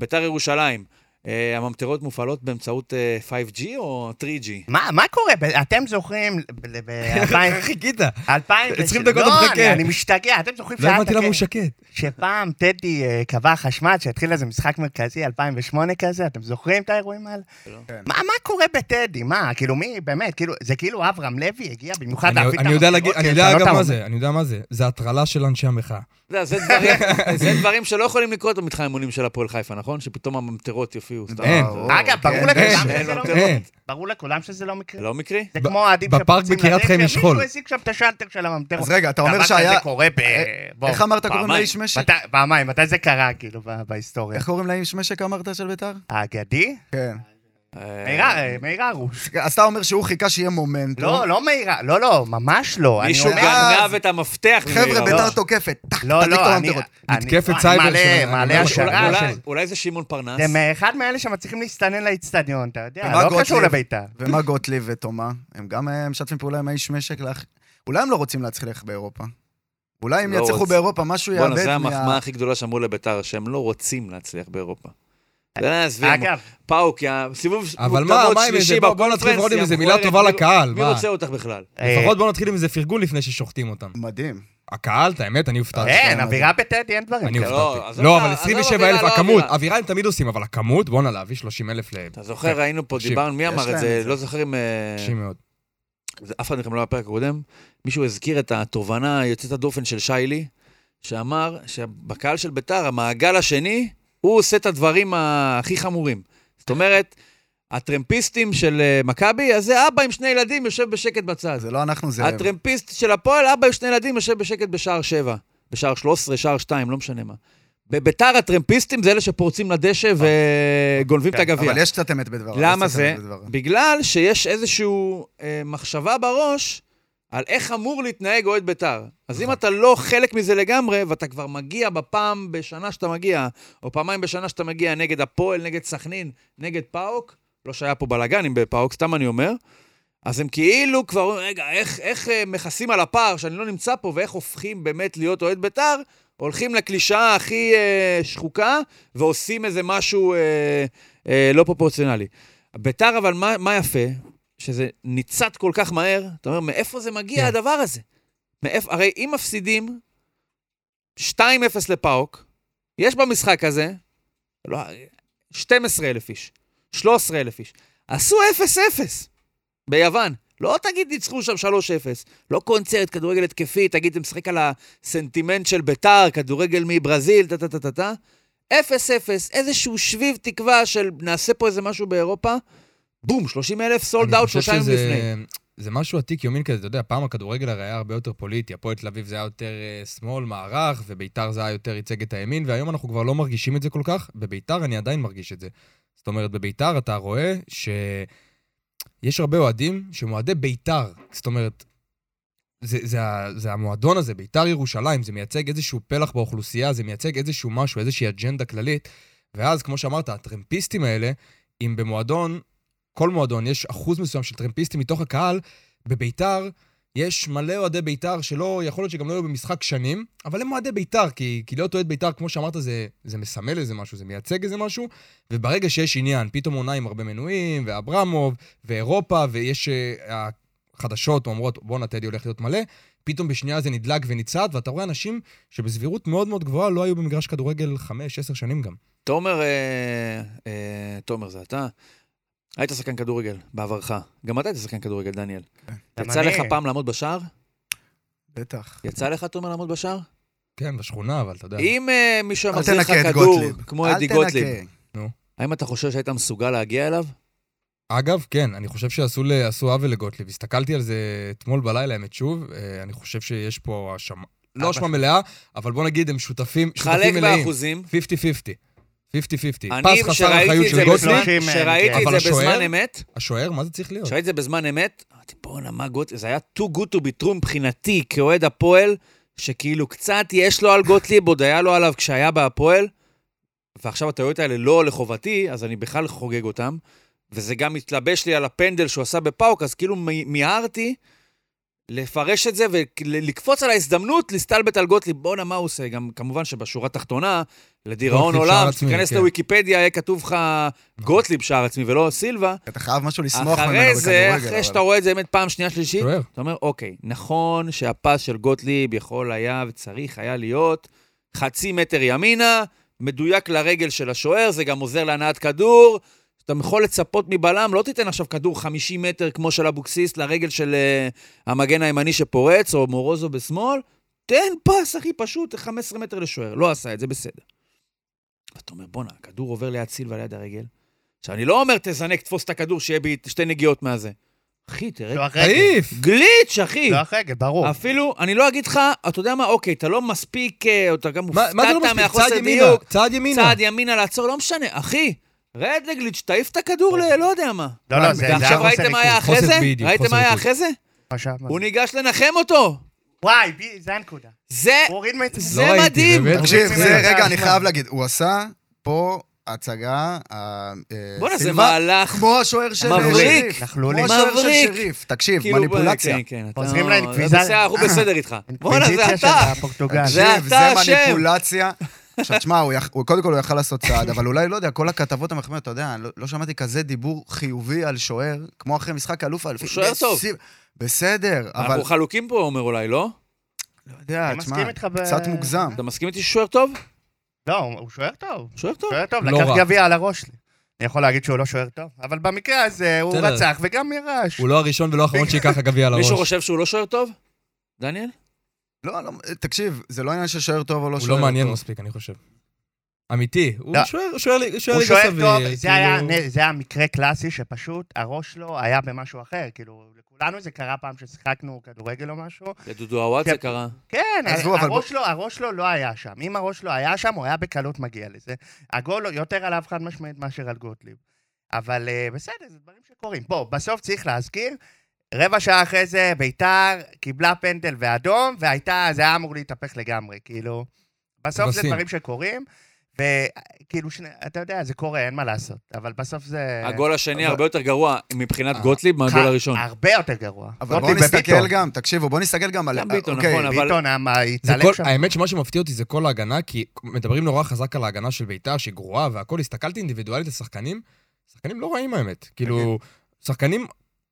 ביתר ירושלים, אה, הממטרות מופעלות באמצעות אה, 5G או 3G? מה, מה קורה? ב- אתם זוכרים, ב-2000... חיכית. אה, 2000... דקות אתה לא, מחכה. אני- אני משתגע, אתם זוכרים לא שהיה אה, הבנתי למה הוא את הכ- שקט. שפעם טדי אה, קבע חשמל, שהתחיל איזה משחק מרכזי, 2008 כזה, אתם זוכרים את האירועים האלה? לא. כן. מה מה קורה בטדי? מה, כאילו מי, באמת, כאילו, זה כאילו אברהם לוי הגיע במיוחד אה, אני- להפעיל את אוקיי, אני יודע המצלמות, להגיד- אני יודע לשנות את גם מה המ- זה, אני יודע מה זה. זה הטרלה של אנשי המחאה. אתה יודע, לא, זה דברים- זה דברים שלא יכולים לקרות במתחם האימונים של הפועל חיפה, נכון? שפתאום הממטרות יופיעו סתם. אין. ברור, אגב, ברור כן, לכולם אין, שזה אין, לא אין. מקרה. אין. ברור לכולם שזה לא מקרה. זה לא מקרי? זה ב- כמו אוהדים כן. בפארק שפורצים בקריית לדשא, חיים יש חול. מישהו השיג שם את השלטר של הממטרות. אז רגע, אתה אומר דבר שהיה- אה, כזה קורה ב... בוא, איך אמרת קוראים פעמיים. לאיש משק? מתי- פעמיים, מתי זה קרה, כאילו, ב- בהיסטוריה? איך קוראים לאיש משק אמרת של ביתר? האגדי? כן. אה, מאירה- מאירה ארוש. אז אתה אומר שהוא חיכה שיהיה מומנטום. לא, לא מאירה, לא, לא, ממש לא. אני מישהו אומר- גנב את המפתח חבר'ה, ממירון. ביתר תוקפת. טק, לא, תדליק את לא, אני... הממטרות. אני- מתקפת אני סייבר מעלה, של- מעלה אולי- אולי- השערה אולי- של... אולי זה שמעון פרנס? זה מאחד מאלה שמצליחים להסתנן לאיצטדיון, אתה יודע, ומה לא קשור גוטליב? לביתר. ומה גוטליב ותומה? הם גם אה, משתפים פעולה עם האיש משק? לאח- אולי הם לא רוצים להצליח באירופה. אולי אם לא יצליחו רוצ- באירופה, משהו יאבד מה... בואנה, זו המחמאה הכי גדולה שאמרו לביתר, שהם לא רוצים להצליח באירופה. זה היה עזבי, אגב, פאוק, יא, סיבוב אבל מה, מוקדמות מה עם שלישי איזה, בוא- בוא נתחיל בקונפרנס, עוד עם יא איזה מילה מכוערת, טובה מי- לקהל, מי מה? רוצה אותך בכלל? אה, לפחות בואו נתחיל עם איזה פרגון לפני ששוחטים אותם. מדהים. הקהל, את האמת, אני הופתעתי. אין, כן, אווירה בטדי, אין דברים. אני כאלה. אה, לא, הופתעתי. עזוב לא, אותה, אבל עזוב 27 אווירה, אלף, לא הכמות, אווירה. אווירה הם תמיד עושים, אבל הכמות, בואנה, להביא 30 אלף ל... אתה זוכר, ראינו פה, תקשיב, דיברנו, מי יש אמר להם את זה? את זה. לא זוכר אם... אה, קשים מאוד. זה- אף אחד מכם לא היה בפרק הקודם, מישהו הזכיר את התובנה היוצאת הדופן של שיילי, שאמר שבקהל של ביתר, המעגל השני, הוא עושה את הדברים ה- הכי חמורים. זאת אומרת, הטרמפיסטים של אה, מכבי, אז זה אבא עם שני ילדים יושב בשקט בצד. זה לא אנחנו, זה... הם. הטרמפיסט של הפועל, אבא עם שני ילדים יושב בשקט בשער 7, בשער 13, שער 2, לא משנה מה. בביתר הטרמפיסטים זה אלה שפורצים לדשא וגונבים את כן, הגביע. אה, אבל יש קצת אמת בדבריו. למה יש קצת זה? אמת בדבריו. בגלל שיש איזושהי אה, מחשבה בראש על איך אמור להתנהג אוהד בית"ר. אז נכון. אם אתה לא חלק מזה לגמרי, ואתה כבר מגיע בפעם בשנה שאתה מגיע, או פעמיים בשנה שאתה מגיע נגד הפועל, נגד סכנין, נגד פאוק, לא שהיה פה בלאגנים בפאוק, סתם אני אומר, אז הם כאילו כבר אומרים, רגע, איך, איך אה, מכסים על הפער שאני לא נמצא פה, ואיך הופכים באמת להיות אוהד בית"ר? הולכים לקלישאה הכי אה, שחוקה, ועושים איזה משהו אה, אה, לא פרופורציונלי. ביתר, אבל מה, מה יפה? שזה ניצת כל כך מהר, אתה אומר, מאיפה זה מגיע כן. הדבר הזה? מאיפ... הרי אם מפסידים 2-0 לפאוק, יש במשחק הזה לא, 12,000 איש, 13,000 איש. עשו 0-0 ביוון. לא תגיד ניצחו שם 3-0, לא קונצרט, כדורגל התקפי, תגיד, אתה משחק על הסנטימנט של ביתר, כדורגל מברזיל, טה-טה-טה-טה. 0-0, איזשהו שביב תקווה של נעשה פה איזה משהו באירופה, בום, 30 אלף סולד אני אאוט חושב שלושה ימים שזה- לפני. זה משהו עתיק יומין כזה, אתה יודע, פעם הכדורגל הרי היה הרבה יותר פוליטי, הפועל תל אביב זה היה יותר אה, שמאל, מערך, וביתר זה היה יותר ייצג את הימין, והיום אנחנו כבר לא מרגישים את זה כל כך, בביתר אני עדיין מרגיש את זה. זאת אומרת, בביתר אתה רואה ש... יש הרבה אוהדים שהם אוהדי ביתר, זאת אומרת, זה, זה, ה- זה המועדון הזה, ביתר ירושלים, זה מייצג איזשהו פלח באוכלוסייה, זה מייצג איזשהו משהו, איזושהי אג'נדה כללית, ואז, כמו שאמרת, הטרמפיסטים האלה, אם במועדון, כל מועדון, יש אחוז מסוים של טרמפיסטים מתוך הקהל, בביתר יש מלא אוהדי ביתר שלא, יכול להיות שגם לא היו במשחק שנים, אבל הם אוהדי ביתר, כי, כי להיות אוהד ביתר, כמו שאמרת, זה, זה מסמל איזה משהו, זה מייצג איזה משהו, וברגע שיש עניין, פתאום עונה עם הרבה מנויים, ואברמוב, ואירופה, ויש... אה, החדשות אומרות, בואנה, טדי הולך להיות מלא, פתאום בשנייה זה נדלק ונצעד, ואתה רואה אנשים שבסבירות מאוד מאוד גבוהה לא היו במגרש כדורגל 5-10 שנים גם. תומר, אה, אה, תומר זה אתה, היית שחקן כדורגל בעברך. גם אתה היית שחקן כדורגל, דניאל. גם יצא אני. לך פעם לעמוד בשער? בטח. יצא לך, תומר, לעמוד בשער? כן, בשכונה, אבל אתה יודע. אם אה, מישהו היה אל מחזיר לך תנקה את כדור, גוטליב. כמו אל אדי תנקה. גוטליב, האם אתה חושב שהיית מסוגל להגיע אליו? אגב, כן, אני חושב שעשו ל- עשו עוול לגוטליב. הסתכלתי על זה אתמול בלילה, האמת, שוב. אה, אני חושב שיש פה האשמה, לא האשמה מלאה, אבל בוא נגיד, הם שותפים, חלק שותפים מלאים. 50-50. באחוזים. 50-50. אני, פס חסר שראיתי אחריות את זה של בשלוש- בזמן- גוטליב. גוטליב. שראיתי אבל את זה השוער? בזמן אמת, השוער, מה זה צריך להיות? כשראיתי את זה בזמן אמת, אמרתי, בואנה, מה גוטליב? זה היה too good to be true מבחינתי, כאוהד הפועל, שכאילו קצת יש לו על גוטליב, עוד היה לו עליו כשהיה בהפועל, ועכשיו הטעויות האלה לא לחובתי, אז אני בכלל חוגג אותם, וזה גם התלבש לי על הפנדל שהוא עשה בפאוק, אז כאילו מ- מיהרתי לפרש את זה ולקפוץ על ההזדמנות להסתלבט על גוטליב. בואנה, מה הוא עושה? גם כמובן שבשורה התחתונה, לדיראון גוטליב עולם, לא, שער עצמי, תיכנס כן. לוויקיפדיה, יהיה כתוב לך גוטליב שער עצמי ולא סילבה. אתה חייב משהו לשמוח ממנו אחרי זה, בכדורגל. אחרי שאתה אבל- רואה את זה באמת פעם שנייה שלישית, שוער. אתה אומר, אוקיי, נכון שהפס של גוטליב יכול היה וצריך היה להיות חצי מטר ימינה, מדויק לרגל של השוער, זה גם עוזר להנעת כדור. אתה יכול לצפות מבלם, לא תיתן עכשיו כדור 50 מטר כמו של אבוקסיס לרגל של uh, המגן הימני שפורץ, או מורוזו בשמאל, תן פס הכי פשוט, 15 מטר לשוער. לא עשה את זה, בסדר. ואתה אומר, בואנה, הכדור עובר ליד סילבה, ליד הרגל. עכשיו, אני לא אומר, תזנק, תפוס את הכדור, שיהיה בי שתי נגיעות מהזה. אחי, תראה, לא אחרי תעיף! גליץ', אחי. לא אחרי ברור. אפילו, אני לא אגיד לך, אתה יודע מה, אוקיי, אתה לא מספיק, אה, אתה גם מה מה זה לא הופתעת מספיק? מהחוסר צעד ימינה, דיוק. צעד ימינה. צעד ימינה לעצור, לא משנה. אחי, רד לגליץ', תעיף את הכדור ל... לא יודע מה. לא, לא, זה זה היה ועכשיו חוסר ראיתם מה היה ריכוז. אחרי חוסר זה? בדיוק, ראיתם חוסר מה היה ריכוז. אחרי זה? חשב על הוא זה. ניגש לנחם אותו. וואי, בי- זה הנקודה. זה... הוא הוריד מעצמו. זה לא ראיתי, מדהים. באמת. תקשיב, זה- זה, זה- רגע, אני זה- חייב להגיד, הוא עשה פה הצגה, אה, אה, בואנה, זה סילבה, מהלך. כמו השוער של מבריק. שריף. נחלו לי. כמו השוער של מבריק. שריף. תקשיב, כאילו, מניפולציה. כן, כן. אתה- עוזרים להם, זה אינקוויזר. בסדר, אנחנו בסדר איתך. בואנה, זה אינקוויזיציה אתה. של הפורטוגל. זה תקשיב, אתה אשם. זה מניפולציה. עכשיו, תשמע, הוא יכ- הוא- קודם כל הוא יכל לעשות צעד, אבל אולי, לא יודע, כל הכתבות המחמיאות, אתה יודע, לא- לא שמעתי כזה דיבור חיובי על שוער, כמו אחרי משחק אלוף האלופים. שוער טוב. בסי- בסדר, אבל... אנחנו חלוקים פה, עומר, אולי, לא? לא יודע, אני תשמע, מסכים איתך ב- קצת מוגזם. אתה מסכים איתי ששוער טוב? לא, הוא הוא שוער טוב. שוער טוב. שוער טוב, לא לקח רע. גביע על הראש שלי. אני יכול להגיד שהוא לא שוער טוב, אבל במקרה הזה הוא בסדר. רצח וגם ירש. הוא לא הראשון ולא האחרון שייקח הגביע על הראש. מישהו חושב שהוא לא שוער טוב? דניאל? לא, לא, תקשיב, זה לא עניין של שוער טוב או לא הוא שוער טוב. לא מעניין מספיק, אני חושב. אמיתי, הוא לא. שוער- שוער ליגה סביר. הוא שוער טוב, כאילו. זה היה נ- זה היה מקרה קלאסי שפשוט הראש שלו היה במשהו אחר, כאילו, לכולנו זה קרה פעם ששיחקנו כדורגל או משהו. לדודו עוואט זה קרה. כן, עזבו, אבל הראש שלו, הראש שלו לא היה שם. אם הראש שלו היה שם, הוא היה בקלות מגיע לזה. הגול יותר עליו חד משמעית מאשר על גוטליב. אבל אה, בסדר, זה דברים שקורים. בוא, בסוף צריך להזכיר, רבע שעה אחרי זה ביתר קיבלה פנדל ואדום, והייתה, זה היה אמור להתהפך לגמרי, כאילו. בסוף זה כבשים. דברים שקורים, וכאילו, שני- אתה יודע, זה קורה, אין מה לעשות. אבל בסוף זה... הגול השני אבל- הרבה יותר גרוע מבחינת אה, גוטליב מהגול הראשון. הרבה יותר גרוע. אבל בואו גוטליב נסתכל וביטון. גם, תקשיבו, בואו נסתכל גם על... גם ביטון, אוקיי, נכון, אבל- ביטון, אמר, זה התעלם כל, שם. האמת שמה שמפתיע אותי זה כל ההגנה, כי מדברים נורא חזק על ההגנה של ביתר, שהיא גרועה והכל, הסתכלתי אינדיבידואלית על שחקנים, שחקנים לא רעים האמת. כאילו, שחקנים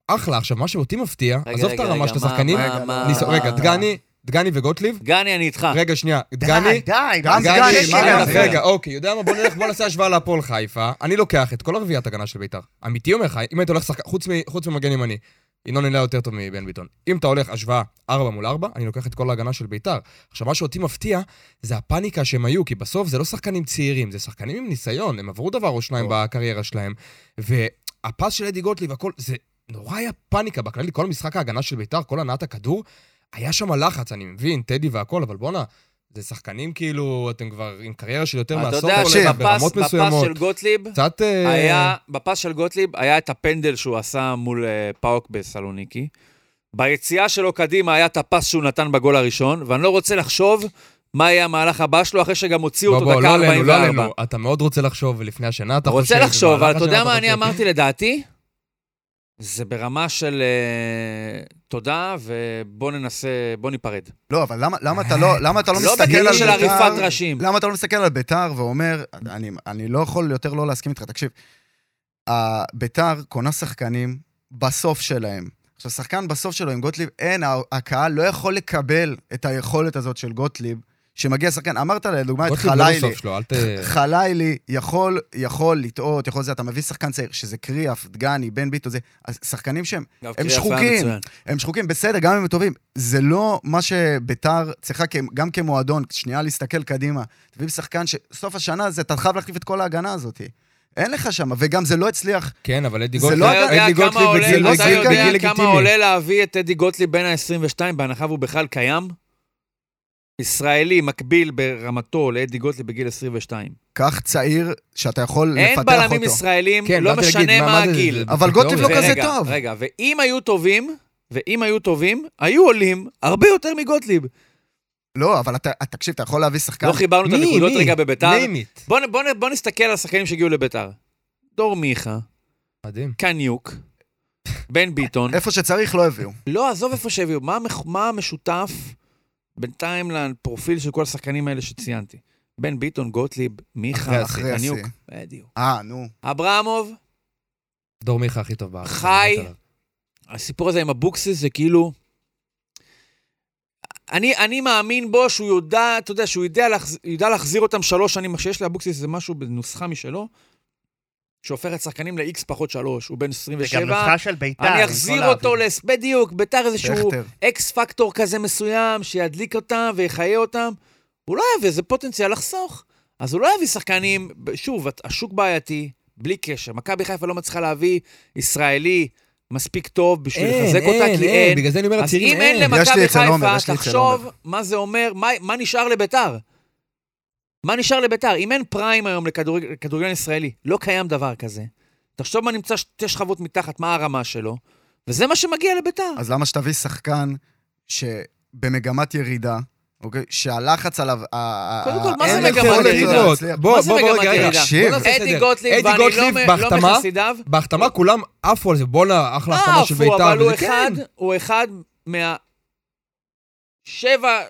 אחלה. עכשיו, מה שאותי מפתיע, רגע, עזוב את רגע, הרמה רגע, של מה, השחקנים, מה, רגע, מה, ניסו- מה, רגע, מה? דגני, דגני וגוטליב, דגני, אני איתך. רגע, שנייה, די, דגני, די, גם מה זה דגני, הקשקש מה הזה? אתה רגע, מפריע? רגע, אוקיי, יודע מה, בוא נלך, בוא נעשה השוואה להפועל חיפה. אני לוקח את כל הרביעיית הגנה של ביתר. אמיתי אומר לך, אם היית הולך שחק... חוץ, מ... חוץ ממגן ימני, ינון אלה יותר טוב מבן ביטון. אם אתה הולך השוואה 4 מול 4, אני לוקח את כל ההגנה של ביתר. עכשיו, מה שאותי מפתיע, זה הפאניקה שהם היו, כי בסוף זה לא שחקנים צעירים, זה שחקנים עם ניסיון, הם עברו דבר או שניים בקריירה שלהם. והפס של אדי גוטליב, הכל, זה נורא היה פאניקה בכללי, כל משחק ההגנה של ביתר, כל הנעת הכדור, היה שם לחץ, אני מבין, טדי והכל, אבל בואנה, זה שחקנים כאילו, אתם כבר עם קריירה של יותר אתה מעשור, יודע עולה, שבפס ברמות בפס מסוימות. של גוטליב, קצת... אה, היה, בפס של גוטליב היה את הפנדל שהוא עשה מול אה, פאוק בסלוניקי. ביציאה שלו קדימה היה את הפס שהוא נתן בגול הראשון, ואני לא רוצה לחשוב מה יהיה המהלך הבא שלו אחרי שגם הוציאו בוא, אותו בוא, דקה לא עלינו, לא 44. עלינו. אתה מאוד רוצה לחשוב, ולפני השינה אתה חושב... רוצה לחשוב, אבל במהלך אתה יודע השינה מה אני חושב. אמרתי לדעתי? זה ברמה של אה, תודה, ובוא ננסה, בוא ניפרד. לא, אבל למה- למה אתה לא למה אתה לא לא מסתכל בקטע של על עריפת ביתר? ראשים. למה אתה לא מסתכל על ביתר ואומר, אני- אני לא יכול יותר לא להסכים איתך, תקשיב. ה- ביתר קונה שחקנים בסוף שלהם. עכשיו, שחקן בסוף שלו עם גוטליב, אין, ה- הקהל לא יכול לקבל את היכולת הזאת של גוטליב, שמגיע שחקן, אמרת לדוגמה את גוטליב לא חלילי. בסוף שלו, אל ת... חלילי יכול, יכול לטעות, יכול זה, אתה מביא שחקן צעיר, שזה קריאף, דגני, בן ביטון, זה, אז שחקנים שהם אגב, הם קריאף היה שחוקים. מצוין. הם שחוקים, בסדר, גם אם הם טובים. זה לא מה שביתר צריכה כ- גם כמועדון, שנייה להסתכל קדימה. תביא שחקן שסוף השנה הזה, אתה חייב להחליף את כל ההגנה הזאת. אין לך שם, וגם זה לא הצליח. כן, אבל אדי זה גוטליב... לא אתה יודע אדי כמה גוטליב עולה- בגיל- אתה בגיל- יודע בגיל כמה לגיטימי. עולה להביא את טדי גוטליב בין ה-22, בהנחה והוא בכלל קיים? ישראלי מקביל ברמתו לאדי גוטליב בגיל 22. קח צעיר שאתה יכול אין לפתח אותו. בלמים ישראלים, כן, לא באתי להגיד, משנה מה זה- הגיל. אבל גוטליב לא תיאוריה. כזה ורגע, טוב. רגע, ואם היו טובים, ואם היו טובים, היו עולים הרבה יותר מגוטליב. לא, אבל אתה, תקשיב, אתה יכול להביא שחקן... לא חיברנו את מי, הנקודות מי? רגע בביתר. name it. בוא, נ- בוא, נ- בוא נסתכל על השחקנים שהגיעו לביתר. דור מיכה, מדהים. קניוק, בן ביטון. איפה שצריך לא הביאו. לא, עזוב איפה שהביאו, מה, המח- מה המשותף בינתיים לפרופיל של כל השחקנים האלה שציינתי? בן ביטון, גוטליב, מיכה, אחרי השיא. חניוק. בדיוק. אה, נו. אברמוב, דור מיכה הכי טוב בארץ. חי. אני מת עליו. הסיפור הזה עם אבוקסיס זה כאילו... אני, אני מאמין בו שהוא יודע, אתה יודע, שהוא יודע, להחז... יודע להחזיר אותם שלוש שנים, מה שיש לאבוקסיס זה משהו בנוסחה משלו, שהופך את שחקנים ל-X פחות שלוש, הוא בן זה גם 27. נוסחה של בית"ר. עם אני כל אחזיר ה- אותו, לס... בדיוק, ביתר איזשהו שכטר. אקס פקטור כזה מסוים, שידליק אותם ויחיה אותם. הוא לא יביא, זה פוטנציאל לחסוך. אז הוא לא יביא שחקנים, שוב, השוק בעייתי, בלי קשר. מכבי חיפה לא מצליחה להביא ישראלי מספיק טוב בשביל לחזק אותה, כי אין. בגלל זה אני אומר, אז אם הצעירים אין אין. יש לי למכבי אצל עומר, חיפה, יש לי אצל תחשוב עומר. מה זה אומר, מה- מה נשאר לביתר. מה נשאר לביתר? אם אין פריים היום לכדורג- לכדורגלן ישראלי, לא קיים דבר כזה. תחשוב מה נמצא שתי שכבות מתחת, מה הרמה שלו, וזה מה שמגיע לביתר. אז למה שתביא שחקן שבמגמת ירידה, אוקיי? שהלחץ עליו... ה- קודם כל, ה- מה זה אין מגמת יכולת ירידה? לא להצליח. בוא, מה זה בוא, בוא, מגמת רגע, רגע. ירידה? תקשיב. בוא נעשה אדי סדר. גוטליב, לא, אדי ואני גוטליב לא, מ- לא בהחתמה, מחסידיו. בהחתמה כולם עפו על זה, בואנה, אחלה החתמה של אה, עפו, בית"ר. אבל הוא וזה אחד, כן. הוא אחד מה... שבע,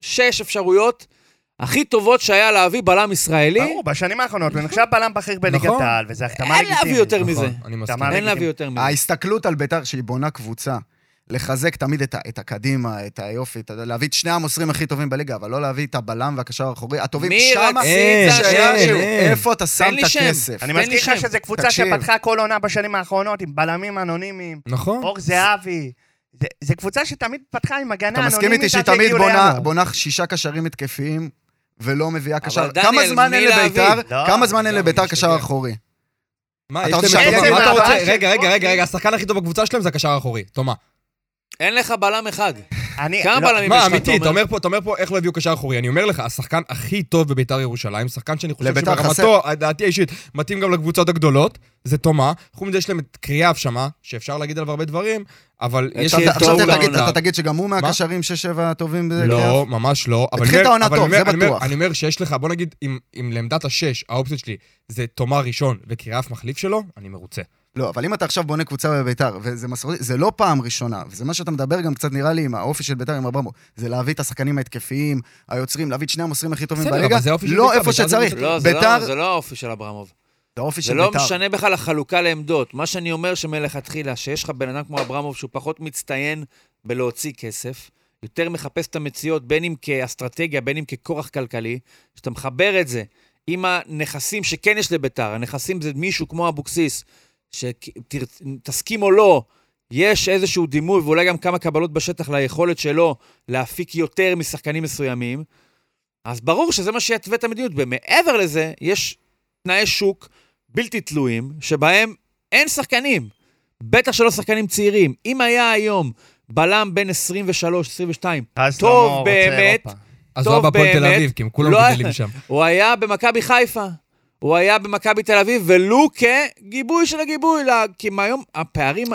שש אפשרויות הכי טובות שהיה להביא בלם ישראלי. ברור, בשנים האחרונות הוא נחשב בלם בכיר בליגת נכון. העל, וזו החתמה אין לגיטימית. להביא יותר נכון, מזה. אני מסכים. תמר. אין להביא יותר מזה. ההסתכלות על ביתר, שהיא בונה קבוצה, לחזק תמיד את, ה- את הקדימה, את היופי, את, ה- להביא את שני המוסרים הכי טובים בליגה, אבל לא להביא את הבלם והקשר האחורי, הטובים מי שם, רצית אין, שהיה אין, שהוא? אין. איפה אתה שם תן לי את שם. הכסף? אני תן לי מזכיר לך שם. שזו קבוצה תקשיב. שפתחה כל עונה בשנים האחרונות עם בלמים אנונימיים, נכון. אור זהבי. זה- זו קבוצה שתמיד פתחה עם הגנה אתה אנונימית. מסכים איתי שהיא עד שהגיעו תמיד בונה, לינואר. בונה שישה קשרים התקפיים, ולא מביאה קשר... דניאל, כמה זמן מי אין להביא? לביתר? לא, כמה זמן אין דניאל, לביתר משתגע. קשר אחורי? מה, אתה יש להם חושב- מגן, עצם מה אתה ההבאה רוצה? של רגע, רגע, רגע, גוטליב- רגע, השחקן הכי טוב בקבוצה שלהם זה הקשר האחורי. תומה. אין לך בלם אחד. אני- כמה לא, בלמים? אם יש אה, מה, לך, אמיתי, אתה אתה אומר פה, אתה אומר פה, איך לא הביאו קשר אחורי? אני אומר לך, השחקן הכי טוב בביתר ירושלים, שחקן שאני חושב לביתר שברמתו, אה, דעתי האישית, מתאים גם לקבוצות הגדולות, זה תומה. חוץ מזה יש להם את קריאב שמה, שאפשר להגיד עליו הרבה דברים, אבל יש... עכשיו לי אתה- את עכשיו טוב אתה גם תגיד- עונה. אתה תגיד שגם הוא מהקשרים שש-שבע הטובים בזה? לא, ממש לא. אבל התחיל אני אומר- את העונה אבל טוב, אני אומר- זה אני אומר- בטוח. אני אומר שיש לך, בוא נגיד, אם- אם לעמדת השש, האופציות שלי זה תומה ראשון וקריאף מחליף שלו, אני מרוצה. לא, אבל אם אתה עכשיו בונה קבוצה בביתר, וזה מסורתי, זה לא פעם ראשונה, וזה מה שאתה מדבר גם קצת נראה לי עם האופי של ביתר עם אברמוב, זה להביא את השחקנים ההתקפיים, היוצרים, להביא את שני המוסרים הכי טובים בסדר, בליגה, אבל זה האופי של לא ביתר, איפה ביתר זה שצריך. קבוצה- לא, זה לא- ביתר, זה לא האופי של אברמוב. זה האופי זה של לא ביתר. משנה בכלל החלוקה לעמדות. מה שאני אומר שמלכתחילה, שיש לך בן אדם כמו אברמוב שהוא פחות מצטיין בלהוציא כסף, יותר מחפש את המציאות, בין אם כאסטרטגיה, בין אם ככורח כלכלי, שאתה מחבר את זה עם הנכסים שכן יש לביתר, הנכסים זה מישהו כמו אבוקסיס, שתסכים או לא, יש איזשהו דימוי ואולי גם כמה קבלות בשטח ליכולת שלו להפיק יותר משחקנים מסוימים, אז ברור שזה מה שיתווה את המדיניות. ומעבר לזה, יש תנאי שוק בלתי תלויים, שבהם אין שחקנים. בטח שלא שחקנים צעירים. אם היה היום בלם בן 23-22, אז טוב שלמה רוצה באמת, אירופה. אז הוא טוב, הבא הפועל תל באמת, אביב, כי הם כולם לא היה- גדלים שם. הוא היה במכבי חיפה, הוא היה במכבי תל אביב, ולו כגיבוי של הגיבוי, לה, כי מהיום הפערים,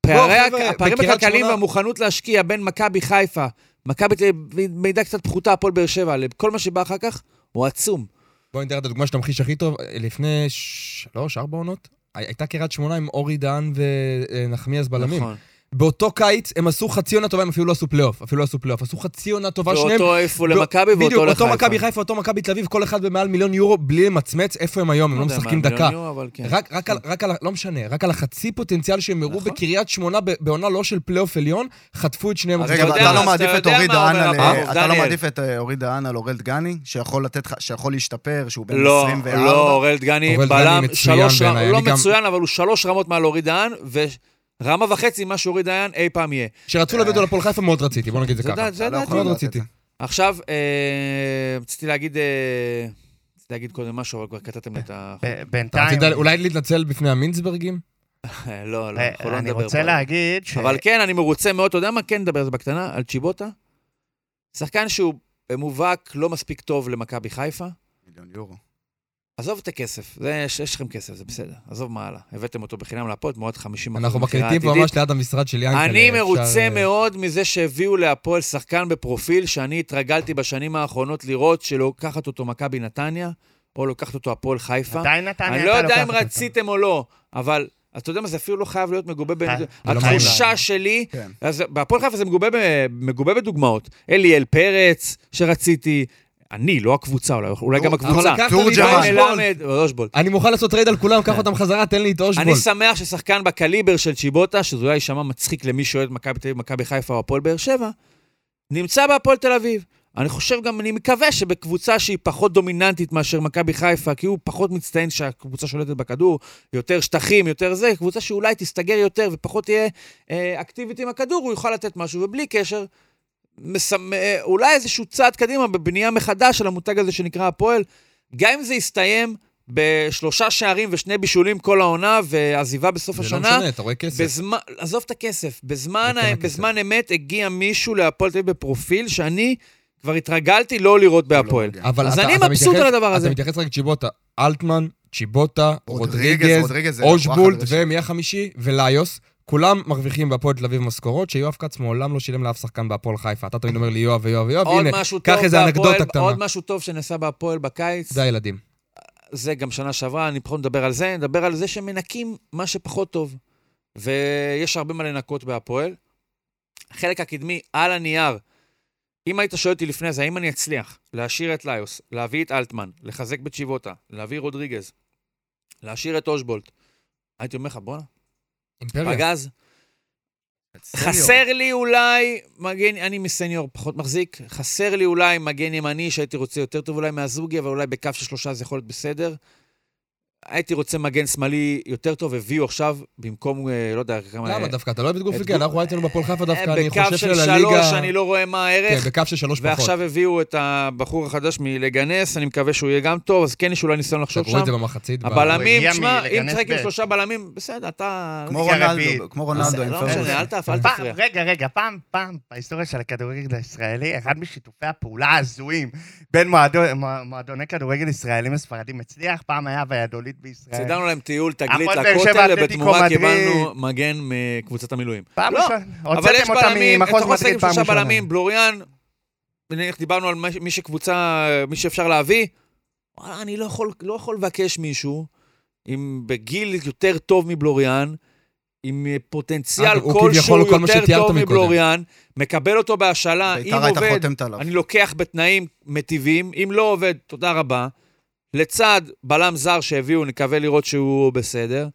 פערי, חבר'ה, ה- הפערים בקריית הכלכליים שמונה- והמוכנות להשקיע בין מכבי חיפה, מכבי תל אביב, מידע קצת פחותה, הפועל באר שבע, לכל מה שבא אחר כך, הוא עצום. בוא ניתן לך את הדוגמה שתמחיש הכי טוב. לפני שלוש, ארבע עונות, הי- הייתה קריית שמונה עם אורי דהן ונחמיאס בלמים. נכון. באותו קיץ הם עשו חצי עונה טובה, הם אפילו לא עשו פלייאוף. אפילו לא עשו פלייאוף, עשו חצי עונה טובה שניהם. ואותו העיפו לא, למכבי ואותו בדיוק, לחיפה. אותו מכבי חיפה, אותו מכבי תל אביב, כל אחד במעל מיליון יורו, בלי למצמץ, איפה הם היום? הם לא יודע מה, משחקים מיליון דקה. יורו, אבל כן. רק, רק, על, רק על, ה- לא משנה, רק על החצי פוטנציאל שהם הראו נכון. בקריית שמונה ב- בעונה לא של פלייאוף עליון, חטפו את שניהם. אז רגע, אתה אבל יודע אתה מה- לא מעדיף אתה את יודע אורי מה דהן אומר על אברמוב, אה, אתה לא דניאל. מעדיף את אה, אורי דהן על אורל דגני, שיכול לתת לך, שיכול להשתפר, שהוא בן לא, 24? לא, אורל דגני, אוראל דגני בלם, מצוין שלוש רמות, בעיניי, הוא לא אני גם- מצוין, אבל הוא שלוש רמות מעל אורי דהן, ורמה וחצי ממה שאורי דהן אי פעם יהיה. כשרצו להביא אה. אותו לפועל חיפה מאוד רציתי, בוא נגיד את זה זה ככה. דעת, זה אתה לא דעתי. יכול מאוד לדעת את רציתי. זה. עכשיו, אה, רציתי להגיד, אה, רציתי להגיד קודם משהו, אבל כבר קטעתם לי את ה... ב- אתה בינתיים, רצית אולי להתנצל בפני המינסברגים? אה, לא, לא, אה, אנחנו לא אני נדבר רוצה פה. להגיד ש... אבל כן, אני מרוצה מאוד, אתה יודע מה? כן נדבר על זה בקטנה, על צ'יבוטה. שחקן שהוא במובהק לא מספיק טוב למכבי חיפה. מיליון יורו. עזוב את הכסף, זה, יש, יש לכם כסף, זה בסדר. עזוב מה הלאה. הבאתם אותו בחינם להפועל, תמורת 50 אנחנו מקליטים פה ממש ליד המשרד של ינקלה. אני אפשר, מרוצה אה, מאוד מזה שהביאו להפועל שחקן בפרופיל שאני התרגלתי בשנים האחרונות לראות שלוקחת אותו מכבי נתניה, או לוקחת אותו הפועל חיפה. עדיין נתניה אני לא הייתה יודע אם לוקחת אותו. רציתם או לא, אבל אז אתה יודע מה, זה אפילו לא חייב להיות מגובה ב... אה, לא התחושה מעולם. שלי, כן. אז בהפועל חיפה זה מגובה, ב- מגובה בדוגמאות. אליאל פרץ, שרציתי, אני, לא הקבוצה, אולי, אולי גם אבל הקבוצה. לקחת תיאור לי ג'מאל. את חיים אושבולט. מלמד, או אושבולט. אני מוכן לעשות טרייד על כולם, קח אותם חזרה, תן לי את כן. אני אושבולט. שמח ששחקן בקליבר של צ'יבוטה, שזה אולי יישמע מצחיק למי שאוהד מכבי תל אביב, מכבי חיפה או הפועל באר שבע, נמצא בהפועל תל אביב. אני חושב גם, אני מקווה שבקבוצה שהיא פחות דומיננטית מאשר מכבי חיפה, כי הוא פחות מצטיין שהקבוצה שולטת בכדור, יותר שטחים, יותר זה, קבוצה שאולי תסתגר יותר ופחות תהיה אה, אקטיבית עם הכדור, הוא יוכל לתת משהו, ובלי קשר, מסמ... אה, אולי איזשהו צעד קדימה בבנייה מחדש של המותג הזה שנקרא הפועל, גם אם זה יסתיים בשלושה שערים ושני בישולים כל העונה ועזיבה בסוף זה לא השנה, משנה, אתה רואה כסף. בזמן, עזוב את הכסף, בזמן, זה כן ה... הכסף. בזמן אמת הגיע מישהו להפועל תל אביב בפרופיל שאני כבר התרגלתי לא לראות בהפועל. אבל אז אתה- אני אתה מבסוט מתייחס- על הדבר הזה. אתה מתייחס רק צ'יבוטה, אלטמן, צ'יבוטה, רודריגז, רודריגז, רודריגז זה אושבולט, וואחד ראשי. ומי החמישי? וליוס. כולם מרוויחים בהפועל תל אביב משכורות, שיואב כץ מעולם לא שילם לאף שחקן בהפועל חיפה. אתה תמיד אומר לי יואב ויואב ויואב, עוד הנה, משהו קח טוב איזה בהפועל- אנקדוטה קטנה. עוד משהו טוב שנעשה בהפועל בקיץ, זה הילדים. זה גם שנה שעברה, אני פחות מדבר על זה, נדבר על זה שמנקים מה שפחות טוב. ויש הרבה מה לנקות בהפועל. החלק הקדמי, על הנייר, אם היית שואל אותי לפני זה, האם אני אצליח להשאיר את ליוס, להביא את אלטמן, לחזק בצ'יבוטה, להביא רודריגז, להשאיר את אושבולט, הייתי אומר לך, בואנה, אימפריה. פגז, חסר לי אולי מגן, אני מסניור פחות מחזיק, חסר לי אולי מגן ימני שהייתי רוצה יותר טוב אולי מהזוגי, אבל אולי בקו של שלושה זה יכול להיות בסדר. הייתי רוצה מגן שמאלי יותר טוב, הביאו עכשיו במקום, אה, לא יודע כמה... למה דווקא? אתה לא אוהב את גופילקי, גוף- אה, אנחנו היינו בהפועל חיפה דווקא, אני בקו חושב של שלליגה... שלוש, אני לא רואה מה הערך. כן, בקו של שלוש פחות. ועכשיו הביאו את הבחור החדש מלגנס, אני מקווה שהוא יהיה גם טוב, אז כן יש אולי ניסיון לחשוב סגרו שם. את זה במחצית. הבלמים, הגיע תשמע, מלגנס אם תשחק עם ב'. שלושה בלמים, בסדר, אתה... כמו ליגה רונלדו, רביעית. כמו רונלדו אוקיי, עם לא פרגוסון. משנה, אל תעף, אל כן. פעם, תפריע. רגע, רגע, פעם, פעם, בהיסטוריה של הכדורגל הישראלי, אחד משיתופי הפעולה ההזויים בין מועדו- מוע- מועדוני כדורגל ישראלים לספרדים הצליח, פעם היה ויאדוליד כן. בישראל. סידרנו להם טיול תגלית הפועל באר שבע, לכותל, אתלטיקו ובתמורה מדריד. קיבלנו מגן מקבוצת המילואים. פעם לא, ראשונה, אבל יש הוצאתם אותם בלמים, אתה ממחוז יכול לשחק עם מדריד פעם שלושה ראשונה. בלמים, בלוריאן, נניח דיברנו על מי- מי שקבוצה, מי שאפשר להביא, וואלה, אני לא יכול, לא יכול לבקש מישהו עם בגיל יותר טוב מבלוריאן, עם אה, פוטנציאל אגב, הוא כלשהו כביכול כל מה יותר שתיארת טוב מקודם. מבלוריאן, מקבל אותו בהשאלה, אם ביתר הייתה עובד, חותמת עליו. אני לא- לוקח בתנאים מטיבים, אם לא עובד, תודה רבה. לצד בלם זר שהביאו, נקווה לראות שהוא בסדר.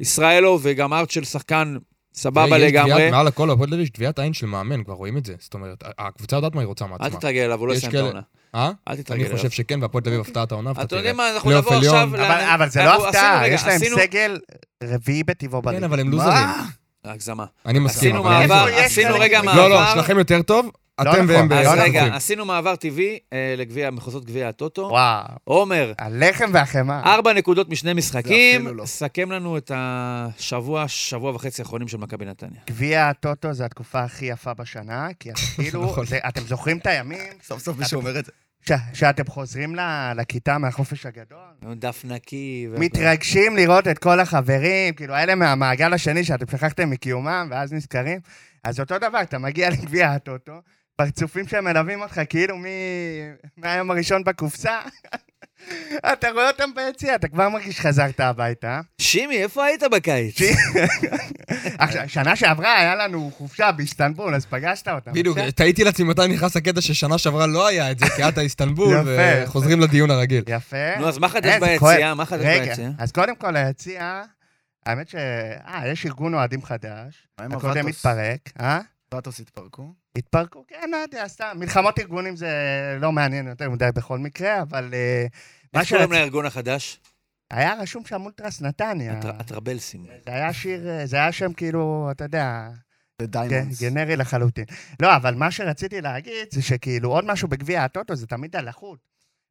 ישראלו וגם ארצ'ל שחקן סבבה לגמרי. מעל הכל, הפועל תל אביב יש טביעת עין של מאמן, כבר רואים את זה. זאת אומרת, הקבוצה יודעת מה היא רוצה אל מעצמה. תתרגל אליו, הוא לא יש יסיים את כאלה- העונה. אה? אל תתרגל אני אליו. חושב שכן, והפועל תל אביב הפתעה את העונה, ואתה לא. אתם תראה. יודעים מה, אנחנו פלייאוף נבוא עליון. עכשיו... אבל- לאן- אבל זה אנחנו לא הפתעה, עשינו- יש רגע, להם עשינו- סגל רביעי בטיבו כן, בליגה. אבל הם לוזרים. הגזמה. אני מסכים. עשינו כן, אבל הם מעבר, לוזרים. עשינו יש- רגע לא, מעבר. לא, לא, שלכם יותר טוב, לא אתם נכון. והם אז אז ביחד. אוקיי. רגע, זוכים. עשינו מעבר טבעי אה, לגביע, מחוזות גביע הטוטו. וואו, עומר, הלחם והחמאה. ארבע נקודות משני אפילו משחקים. לא. סכם לנו את השבוע, שבוע וחצי האחרונים של מכבי נתניה. גביע הטוטו זה התקופה הכי יפה בשנה, כי אתה כאילו, נכון. זה- אתם זוכרים את הימים סוף סוף מישהו אומר את זה. ש- שאתם חוזרים ל- לכיתה מהחופש הגדול? דף נקי. ו- מתרגשים לראות את כל החברים, כאילו, האלה מהמעגל השני שאתם שכחתם מקיומם, ואז נזכרים. אז אותו דבר, אתה מגיע לגביע הטוטו, פרצופים שמלווים אותך כאילו מ... מהיום הראשון בקופסה, אתה רואה אותם ביציע, אתה כבר מרגיש שחזרת הביתה. שימי, איפה היית בקיץ? ש- עכשיו, שנה שעברה היה לנו חופשה באיסטנבול, אז פגשת אותם. בדיוק, כן. תהיתי לעצמי מתי נכנס הקטע ששנה שעברה לא היה את זה, כי היה את האיסטנבול, יפה. וחוזרים לדיון הרגיל. יפה. נו, אז מה חדש אין, זה ביציאה? כואב. מה חדש רגע, ביציאה? אז קודם כל היציע, האמת ש... אה, יש ארגון אוהדים חדש, מה עם הקודם הוואטוס? התפרק, אה? טטוס התפרקו. התפרקו, כן, לא יודע, סתם. מלחמות ארגונים זה לא מעניין יותר מדי בכל מקרה, אבל... אה, מה איך קוראים שרצ- לארגון החדש? היה רשום שם אולטרס נתניה. הטר- הטרבלסים. זה היה שיר, אה, זה היה שם כאילו, אתה יודע, זה כן, דיימונדס. גנרי לחלוטין. לא, אבל מה שרציתי להגיד זה שכאילו עוד משהו בגביע הטוטו זה תמיד הלחות.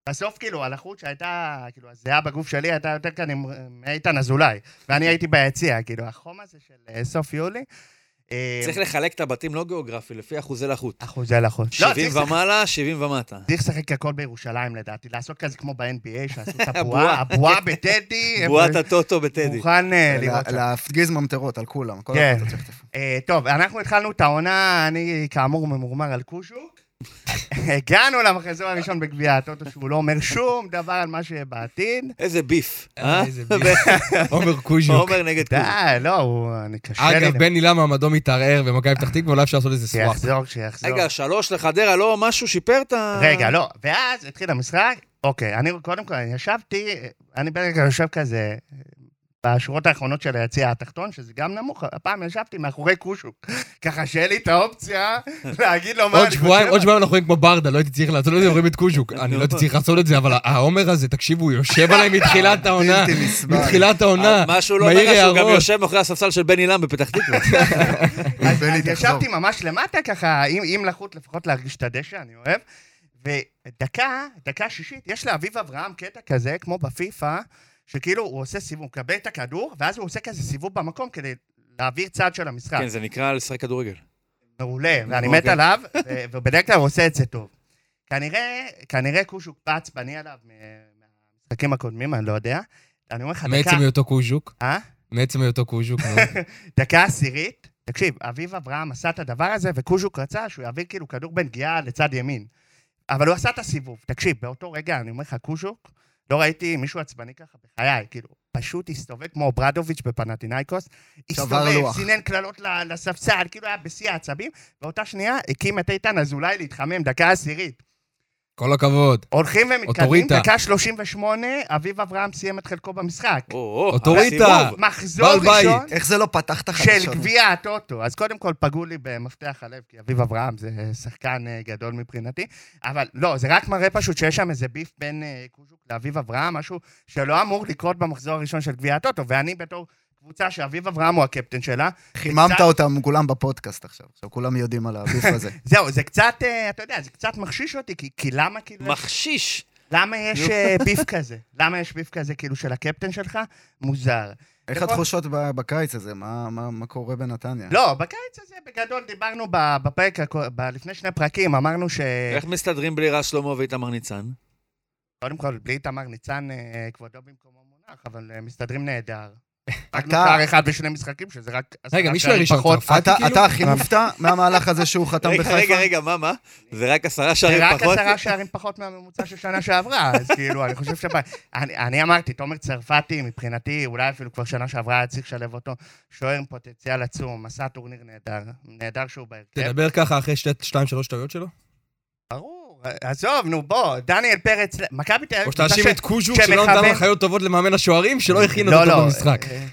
בסוף כאילו הלחות שהייתה, כאילו הזיעה בגוף שלי הייתה יותר כאן עם אה, מאיתן אזולאי, ואני הייתי ביציע, כאילו החום הזה של אה, סוף יולי. אה, צריך לחלק את הבתים לא גיאוגרפי, לפי אחוזי לחות. אחוזי לחות. לא, אה, 70 צריך לשחק- ומעלה, 70 ומטה. צריך לשחק הכל בירושלים לדעתי, לעשות כזה כמו ב-NBA שעשו את הבועה. הבועה, הבועה בטדי. בועת הטוטו בטדי. מוכן אה, לה- לראות. שם. להפגיז ממטרות על כולם. כל כן. הקבוצות שחטפו. אה, טוב, אנחנו התחלנו את העונה, אני כאמור ממורמר על קוז'וק. הגענו למחזור הראשון בגביע הטוטו, שהוא לא אומר שום דבר על מה שיהיה בעתיד. איזה ביף. אה? איזה ביף. עומר קוז'וק. עומר נגד קוז'וק. די, לא, הוא... אני קשה לי. אגב, בני, למה מעמדו מתערער במכבי פתח תקווה, אולי אפשר לעשות איזה סוואפ. שיחזור, שיחזור. רגע, שלוש לחדרה, לא משהו שיפר את ה... רגע, לא. ואז התחיל המשחק, אוקיי, אני קודם כל, אני ישבתי, אני ברגע יושב כזה, בשורות האחרונות של היציע התחתון, שזה גם נמוך, הפעם ישבתי מאחורי קושוק. ככה שיהיה לי את האופציה להגיד לו מה עוד אני שבועיים, עוד חושב. שבועיים אנחנו נהיה כמו ברדה, לא הייתי צריך לעשות את זה, אומרים את קוז'וק. אני לא הייתי צריך לעשות את זה, אבל העומר הזה, תקשיבו, הוא יושב עליהם מתחילת העונה. בלתי נסבל. מתחילת העונה. מה שהוא לא מעיר אומר, שהוא גם הערות. יושב מאחורי הספסל של בן אילם בפתח תקווה. אז בני, אז תחזור. ישבתי ממש למטה ככה, עם עם לחות לפחות להרגיש את הדשא, אני אוהב. ודקה, דקה שישית, יש לאביב אברהם קטע כזה, כמו בפיפא, שכאילו הוא עושה סיבוב, הוא מקבל את הכדור, ואז הוא עושה כזה סיבוב במקום כדי להעביר צד של המשחק. כן, זה נקרא לשחק כדורגל. מעולה, ואני אוקיי. מת עליו, ו- ובדרך כלל הוא עושה את זה טוב. כנראה, כנראה קושוק בא עצבני עליו מ- מהמשחקים הקודמים, אני לא יודע. אני אומר לך, דקה... מעצם היותו קוז'וק. אה? מעצם היותו קוז'וק. נו. דקה עשירית, תקשיב, אביב אברהם עשה את הדבר הזה, וקוז'וק רצה שהוא יעביר כאילו כדור בנגיעה לצד ימין. אבל הוא עשה את הסיבוב. תקשיב, באותו רגע, אני אומר לך, קוז'וק, לא ראיתי מישהו עצבני ככה בחיי, כאילו, פשוט הסתובב כמו אוברדוביץ' בפנטינאיקוס, הסתובב, לוח. סינן קללות ל- לספסל, כאילו היה בשיא העצבים, באותה שנייה הקים את איתן אזולאי להתחמם, דקה עשירית. כל הכבוד. הולכים ומתקדמים, אוטוריטה. דקה 38, אביב אברהם סיים את חלקו במשחק. או, אה, אוטוריטה. הסיבוב. מחזור בעל בית. ראשון, איך זה לא פתח את החדשות? של גביע הטוטו. אז קודם כל פגעו לי במפתח הלב, כי אביב אברהם זה שחקן אה, גדול מבחינתי. אבל לא, זה רק מראה פשוט שיש שם איזה ביף בין אה, קוז'וק לאביב אברהם, משהו שלא אמור לקרות במחזור הראשון של גביע הטוטו. ואני בתור קבוצה שאביב אברהם הוא הקפטן שלה, חיממת קצת- אותם כולם בפודקאסט עכשיו. עכשיו כולם יודעים על הביף הזה. זהו, זה קצת, אה, אתה יודע, זה קצת מחשיש אותי, כי, כי למה כאילו... מחשיש. למה יש אה, ביף כזה? למה יש ביף כזה כאילו של הקפטן שלך? מוזר. איך נכון. התחושות ב- בקיץ הזה? מה- מה מה קורה בנתניה? לא, בקיץ הזה בגדול דיברנו ב- בפרק, הקו- ב- לפני שני פרקים, אמרנו ש... איך מסתדרים בלי רז שלמה ואיתמר ניצן? קודם כל, בלי איתמר ניצן, אה, כבודו במקומו מונח, אבל אה, מסתדרים נהדר. רק אתה- שער אחד בשני משחקים, שזה רק... עשרה רגע, מישהו שערים הראשון פחות. צרפתי אתה כאילו? אתה הכי מופתע מהמהלך הזה שהוא חתם רגע, בחיפה? רגע, רגע, מה, מה? זה רק עשרה זה שערים רק פחות? עשרה שערים פחות מהממוצע של שנה שעברה, אז כאילו, אני חושב שב... אני, אני אמרתי, תומר צרפתי, מבחינתי, אולי אפילו כבר שנה שעברה היה צריך לשלב אותו, שוער עם פוטנציאל עצום, עשה טורניר נהדר, נהדר שהוא אה, בהרכב. תדבר ככה אחרי שתי- שתיים, שלוש טעויות שלו? ברור, עזוב, נו בוא, דניאל פרץ, מכבי תל אביב, או קבוצה שתאשים ש- את קוז'וק שלא שמכוון- נתן הנחיות טובות למאמן השוערים, אה, שלא הכין לא, אותו לא, טוב במשחק. אה, אה,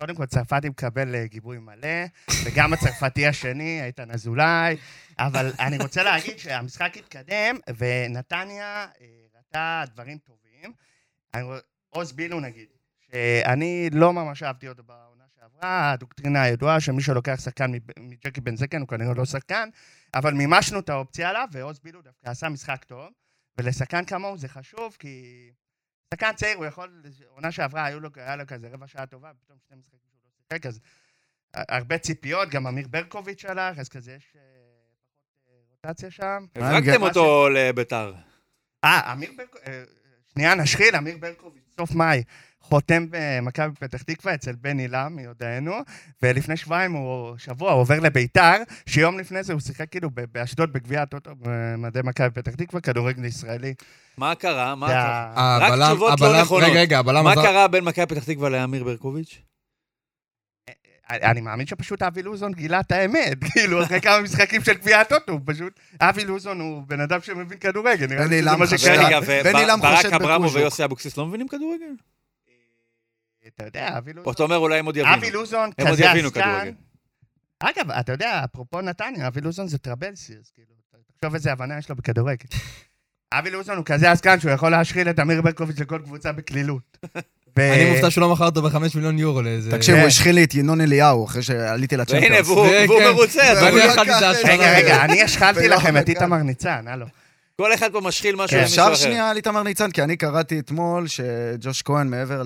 קודם כל, צרפתי מקבל אה, גיבוי מלא, וגם הצרפתי השני, איתן אזולאי, אבל אני רוצה להגיד שהמשחק התקדם, ונתניה אה, ראתה דברים טובים. אני רוא- עוז בילו נגיד, שאני לא ממש אהבתי אותו בעונה שעברה, הדוקטרינה הידועה שמי שלוקח שחקן מב- מג'קי בן זקן הוא כנראה לא שחקן, אבל מימשנו את האופציה עליו, ועוז בילו דווקא עשה משחק טוב, ולשחקן כמוהו זה חשוב, כי שחקן צעיר, הוא יכול, עונה שעברה היו לו, היה לו כזה רבע שעה טובה, פתאום שני משחקים שהוא לא שיחק, אז ה- הרבה ציפיות, גם אמיר ברקוביץ' הלך, אז כזה יש אה, פחות אה, רוטציה שם. הרגתם אותו לביתר. אה, אמיר ברקוביץ', שנייה, נשחיל, אמיר ברקוביץ', סוף מאי, חותם במכבי פתח תקווה אצל בן הילה, מיודענו, ולפני שבועיים הוא, שבוע, הוא עובר לביתר, שיום לפני זה הוא שיחק כאילו ב- באשדוד בגביע הטוטו במדי מכבי פתח תקווה, כדורגל ישראלי. מה קרה? מה זה קרה? ה- רק הבלם- תשובות לא הבלם- נכונות. רגע, רגע, הבלם מה הזר- קרה בין מכבי פתח תקווה לאמיר ברקוביץ'? אני מאמין שפשוט אבי לוזון גילה את האמת, כאילו, אחרי כמה משחקים של גביע הטוטו, הוא פשוט, אבי לוזון הוא בן אדם שמבין כדורגל, נראה לי בני שזה לם רגע, מה שקרה. חבר. בן אילם וברק חושד אברמוב בקוז'וק. ויוסי אבוקסיס לא מבינים כדורגל? אתה יודע, אבי או לוזון... אתה אומר אולי הם עוד אבי יבינו. לוזון הם עוד כזה יבינו עסקן. כדורגל. אגב, אתה יודע, אפרופו נתניה, אבי לוזון זה טרבלסיוס, כאילו, תחשוב איזה הבנה יש לו בכדורגל. אבי לוזון הוא כזה עסקן שהוא יכול להשחיל את אמיר ברקוביץ' לכל קבוצה בקלילות. ו- אה. אני מופתע שהוא לא מכר אותו בחמש מיליון יורו לאיזה... אה, תקשיב, כן. הוא אה, השחיל לי את ינון אליהו אחרי שעליתי והנה, לצ'מפיונס. והוא כן, והוא כן. מרוצה. אז והוא הוא- ואני לא אכלתי את לקח ההשפעה. רגע, רגע, אני השחלתי ולא לכם את דקה. איתמר ניצן, הלו. כל אחד פה משחיל משהו למישהו כן. אחר. כן, אפשר שנייה על איתמר ניצן? כי אני קראתי אתמול שג'וש כהן, מעבר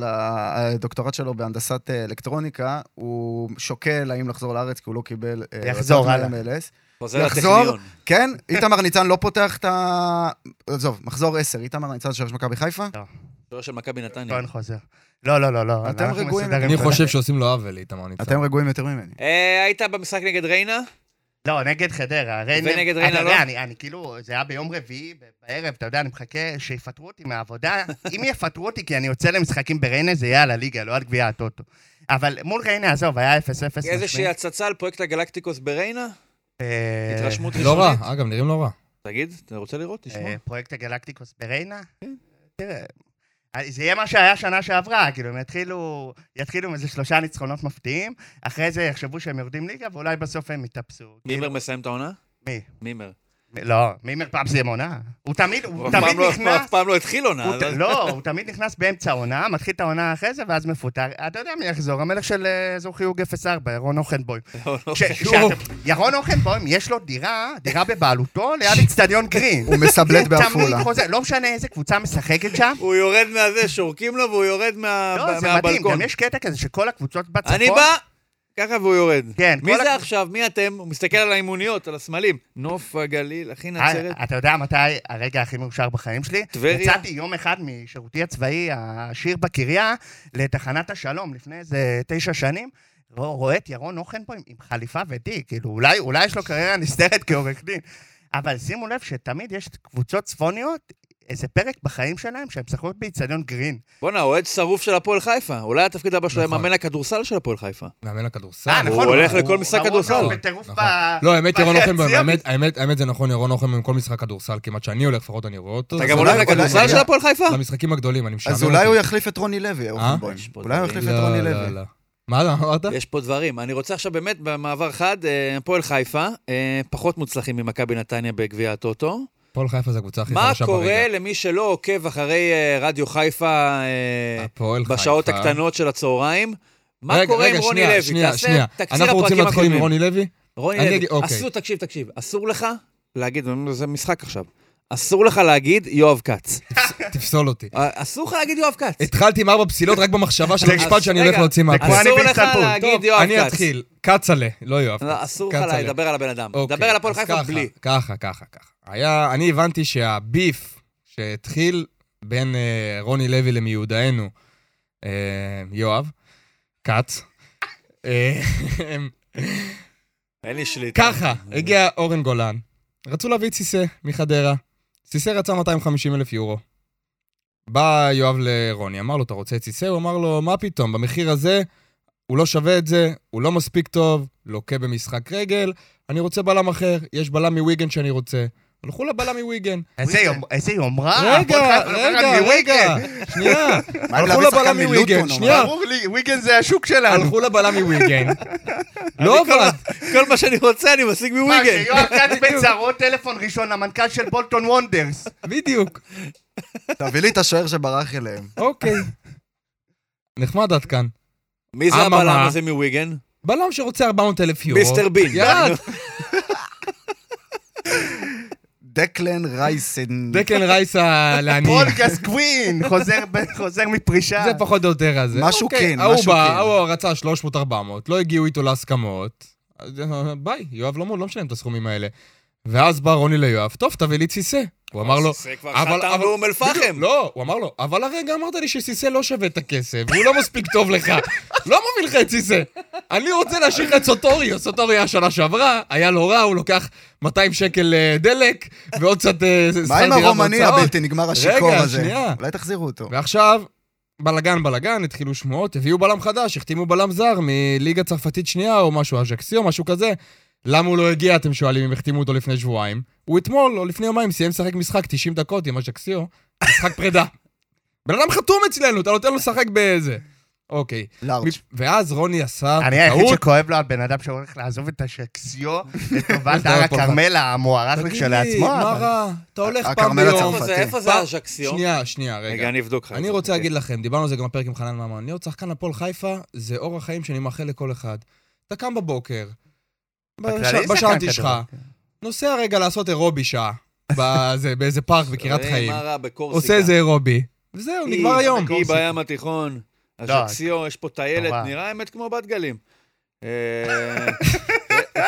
לדוקטורט שלו בהנדסת אה, אלקטרוניקה, הוא שוקל האם לחזור לארץ, כי הוא לא קיבל... אה, יחזור הצעת הלאה. מה-MLS. חוזר לחזור? לטכניון. כן, איתמר ניצן לא פותח את ה... עזוב, מחזור 10, איתמר ניצן שוער של מכבי חיפה? לא. שוער של מכבי נתניה. כהן חוזר. לא, לא, לא, לא. אתם אנחנו רגועים, מסודרים. אני חושב שעושים לו עוול, איתמר ניצן. אתם רגועים יותר ממני. אה, היית במשחק נגד ריינה? לא, נגד חדרה. ריינה- ונגד אתה ריינה יודע, לא? אני, אני כאילו, זה היה ביום רביעי ב- בערב, אתה יודע, אני מחכה שיפטרו אותי מהעבודה. אם יפטרו אותי כי אני יוצא למשחקים בריינה, זה יהיה על הליגה, לא על גביע הטוטו. אבל מול ריינה, עזוב, היה 0-0. איזושהי משמעית. הצצה על פרויקט הגלקטיקוס בריינה? אה, התרשמות ראשונית? לא רע, אגב, נראים לא רע. תגיד, אתה רוצה לראות? תשמע. כן. אה, פרויקט הגלקטיקוס בריינה? תראה, אה, זה יהיה מה שהיה שנה שעברה, כאילו, הם יתחילו, יתחילו עם איזה שלושה ניצחונות מפתיעים, אחרי זה יחשבו שהם יורדים ליגה, ואולי בסוף הם יתאפסו. כאילו, מימר מסיים את העונה? מי? מימר. לא, מימר פעם סיים עונה. הוא תמיד, הוא הוא אף פעם תמיד לא- נכנס... אף פעם לא התחיל עונה. הוא ת- אבל- לא, הוא תמיד נכנס באמצע העונה, מתחיל את העונה אחרי זה, ואז מפוטר. אתה יודע מי יחזור, המלך של אה, אזור חיוג 04, רון אוכנבוים. ש- שוב. שאתם- ירון אוכנבוים, יש לו דירה, דירה בבעלותו, ליד אצטדיון גרין. הוא מסבלט תמיד בעפולה. חוזר, לא משנה איזה קבוצה משחקת שם. הוא יורד מהזה, שורקים לו והוא יורד מה- לא, זה מדהים, מהבלקון. גם יש קטע כזה שכל הקבוצות בצפון... אני בא, ככה והוא יורד. כן, מי כל זה הכ- עכשיו? מי אתם? הוא מסתכל על האימוניות, על הסמלים. נוף הגליל, אחי נצרת. אה, אתה יודע מתי הרגע הכי מאושר בחיים שלי? טבריה. יצאתי יום אחד משירותי הצבאי העשיר בקריה לתחנת השלום לפני איזה תשע שנים. רוא- רואה את ירון אוכנבוים עם חליפה ודי, כאילו, אולי, אולי יש לו קריירה נסתרת כעורך דין. אבל שימו לב שתמיד יש קבוצות צפוניות, איזה פרק בחיים שלהם שהם משחקות באיצטדיון גרין. בואנה, אוהד שרוף של הפועל חיפה. אולי התפקיד הבא שלו יהיה נכון. מאמן הכדורסל של הפועל חיפה. מאמן הכדורסל. אה, נכון, הוא הולך לכל הוא- משחק הוא כדורסל. עוד בטירוף נכון. ב- לא, האמת, ירון בחצי אוכנבוים, המ- האמת- האמת, האמת זה נכון, ירון אוכנבוים, כל משחק כדורסל כמעט שאני הולך, לפחות אני רואה אותו. אתה לא אז גם אולי הולך הוא יכול לכדורסל להגיע של הפועל חיפה? למשחקים הגדולים, אני משעמם. אז אולי הוא אותי. יחליף את רוני לוי, אורחנבוים. יש פה אולי הוא דברים. יחליף יחליף את רוני אה? לא, לוי. לא, לא. מה מה אמרת? יש פה דברים. אני רוצה עכשיו באמת, במעבר חד, אה, הפועל חיפה, אה, פחות מוצלחים ממכבי נתניה בגביע הטוטו. הפועל חיפה זה הקבוצה הכי מה חלשה ברגע. קורה למי שלא עוקב אחרי אה, רדיו חיפה אה, הפועל חיפה. בשעות הקטנות של הצהריים? מה רגע, קורה רגע, עם רוני שנייה, לוי? שנייה, תעשה שנייה. תקציר אנחנו רוצים הפרקים להתחיל עם הקודמים. רוני לוי? רוני אני לוי, אגיד- אוקיי. אסור, תקשיב, תקשיב, אסור לך להגיד, זה משחק עכשיו, אסור לך להגיד יואב כץ. תפסול אותי. אה, אסור לך להגיד יואב כץ. התחלתי עם ארבע פסילות רק במחשבה של המשפט שאני הולך רגע, להוציא זה מהפה. כמו אני אסור לך באיסטנבול. להגיד טוב, יואב כץ. אני אתחיל. קצלה, לא יואב לא, כץ. אסור לך קצלה. לדבר על הבן אדם. אוקיי, דבר על הפועל אז חיפה ככה, בלי. ככה, ככה, ככה. היה, אני הבנתי שהביף שהתחיל בין אה, רוני לוי למיודענו, אה, יואב, כץ, אה, אין לי שליטה. ככה, הגיע אורן גולן, רצו להביא את סיסא מחדרה. סיסא רצה 250 אלף יורו. בא יואב לרוני, אמר לו, אתה רוצה את סיסא? הוא אמר לו, מה פתאום, במחיר הזה, הוא לא שווה את זה, הוא לא מספיק טוב, לוקה במשחק רגל, אני רוצה בלם אחר, יש בלם מוויגן שאני רוצה. הלכו לבלם מוויגן. איזה יום- איזה יומרה. אה, הפועל רגע, חיפה לוקחת רגע, רגע, מוויגן. שנייה. מה, הם להביא הלכו לבלם שחקן מלוטון מוויגן, או שנייה. ברור לי, וויגן זה השוק שלנו. הלכו לבלם מוויגן. לא עבד. כל מה שאני רוצה אני משיג מה, מוויגן. כשיואב כץ בצרות, טלפון ראשון למנכ"ל של בולטון וונדרס. בדיוק. תביא לי את השוער שברח אליהם. אוקיי. נחמד עד כאן. מי זה אממה. הבלם הזה מוויגן? בלם שרוצה 400 אלף יורו. מיסטר בין. ירד. דקלן רייסן. דקל רייס הלעני. פול גסקווין, חוזר ב- חוזר מפרישה. זה פחות או יותר הזה. משהו אוקיי, כן, ההוא משהו בא, כן. ההוא רצה 300-400, לא הגיעו איתו להסכמות. אז, אה, ביי, יואב לא, לא משלם את הסכומים האלה. ואז בא רוני ליואב, טוב, תביא לי סיסא. הוא אמר לו, זה כבר חתם באום אל בדיוק, פחם. לא, הוא אמר לו, אבל הרגע אמרת לי שסיסא לא שווה את הכסף, והוא לא מספיק טוב לך. לא מביא לך את סיסא. אני רוצה להשאיר לך את סוטורי, או סוטורי היה שנה שעברה, היה לא רע, הוא לוקח 200 שקל אה, דלק, ועוד קצת אה, שכר מה דירה עם הרומני והוצאות. הבלתי נגמר השיכור רגע, הזה? שנייה. אולי תחזירו אותו. ועכשיו, בלגן בלגן, התחילו שמועות, הביאו בלם חדש, החתימו בלם זר מליגה צרפתית שנייה או משהו, אג'קסי או משהו כזה. למה הוא לא הגיע, אתם שואלים, אם החתימו אותו לפני שבועיים? הוא אתמול, או לפני יומיים, סיים לשחק משחק 90 דקות עם אג'קסיו, משחק פרידה. בן אדם חתום אצלנו, אתה נותן לו לשחק באיזה. אוקיי. לארג'. ואז רוני עשה אני היחיד טעות. שכואב לו על בן אדם שהולך לעזוב את השקסיו לטובת הר הפועל הכרמל המוערך תגיד לי, כשלעצמו. מה אבל- רע? אתה הולך פעם הכרמל ביום. איפה זה- צרפתי. איפה זה פעם- ארז'קסיון? שנייה, שנייה, רגע. רגע, אני אבדוק לך. את אני זה. רוצה אוקיי. להגיד לכם, דיברנו על זה גם בפרק עם חנן ממן, להיות שחקן הפועל חיפה זה אורח חיים שאני מאחל לכל אחד. אתה קם בבוקר, בכללי בשע- שחקן בשענתי שלך, כדורגל. נוסע רגע לעשות אירובי שעה, בזה- באיזה פארק בקריית חברים, חיים, אה, מה רע אה, בקורסיקה? עושה איזה אירובי, וזהו, אי, נגמר היום. אי בים התיכון, אג'קסיו, יש פה טיילת, נורא. נראה האמת כמו בת גלים. אה,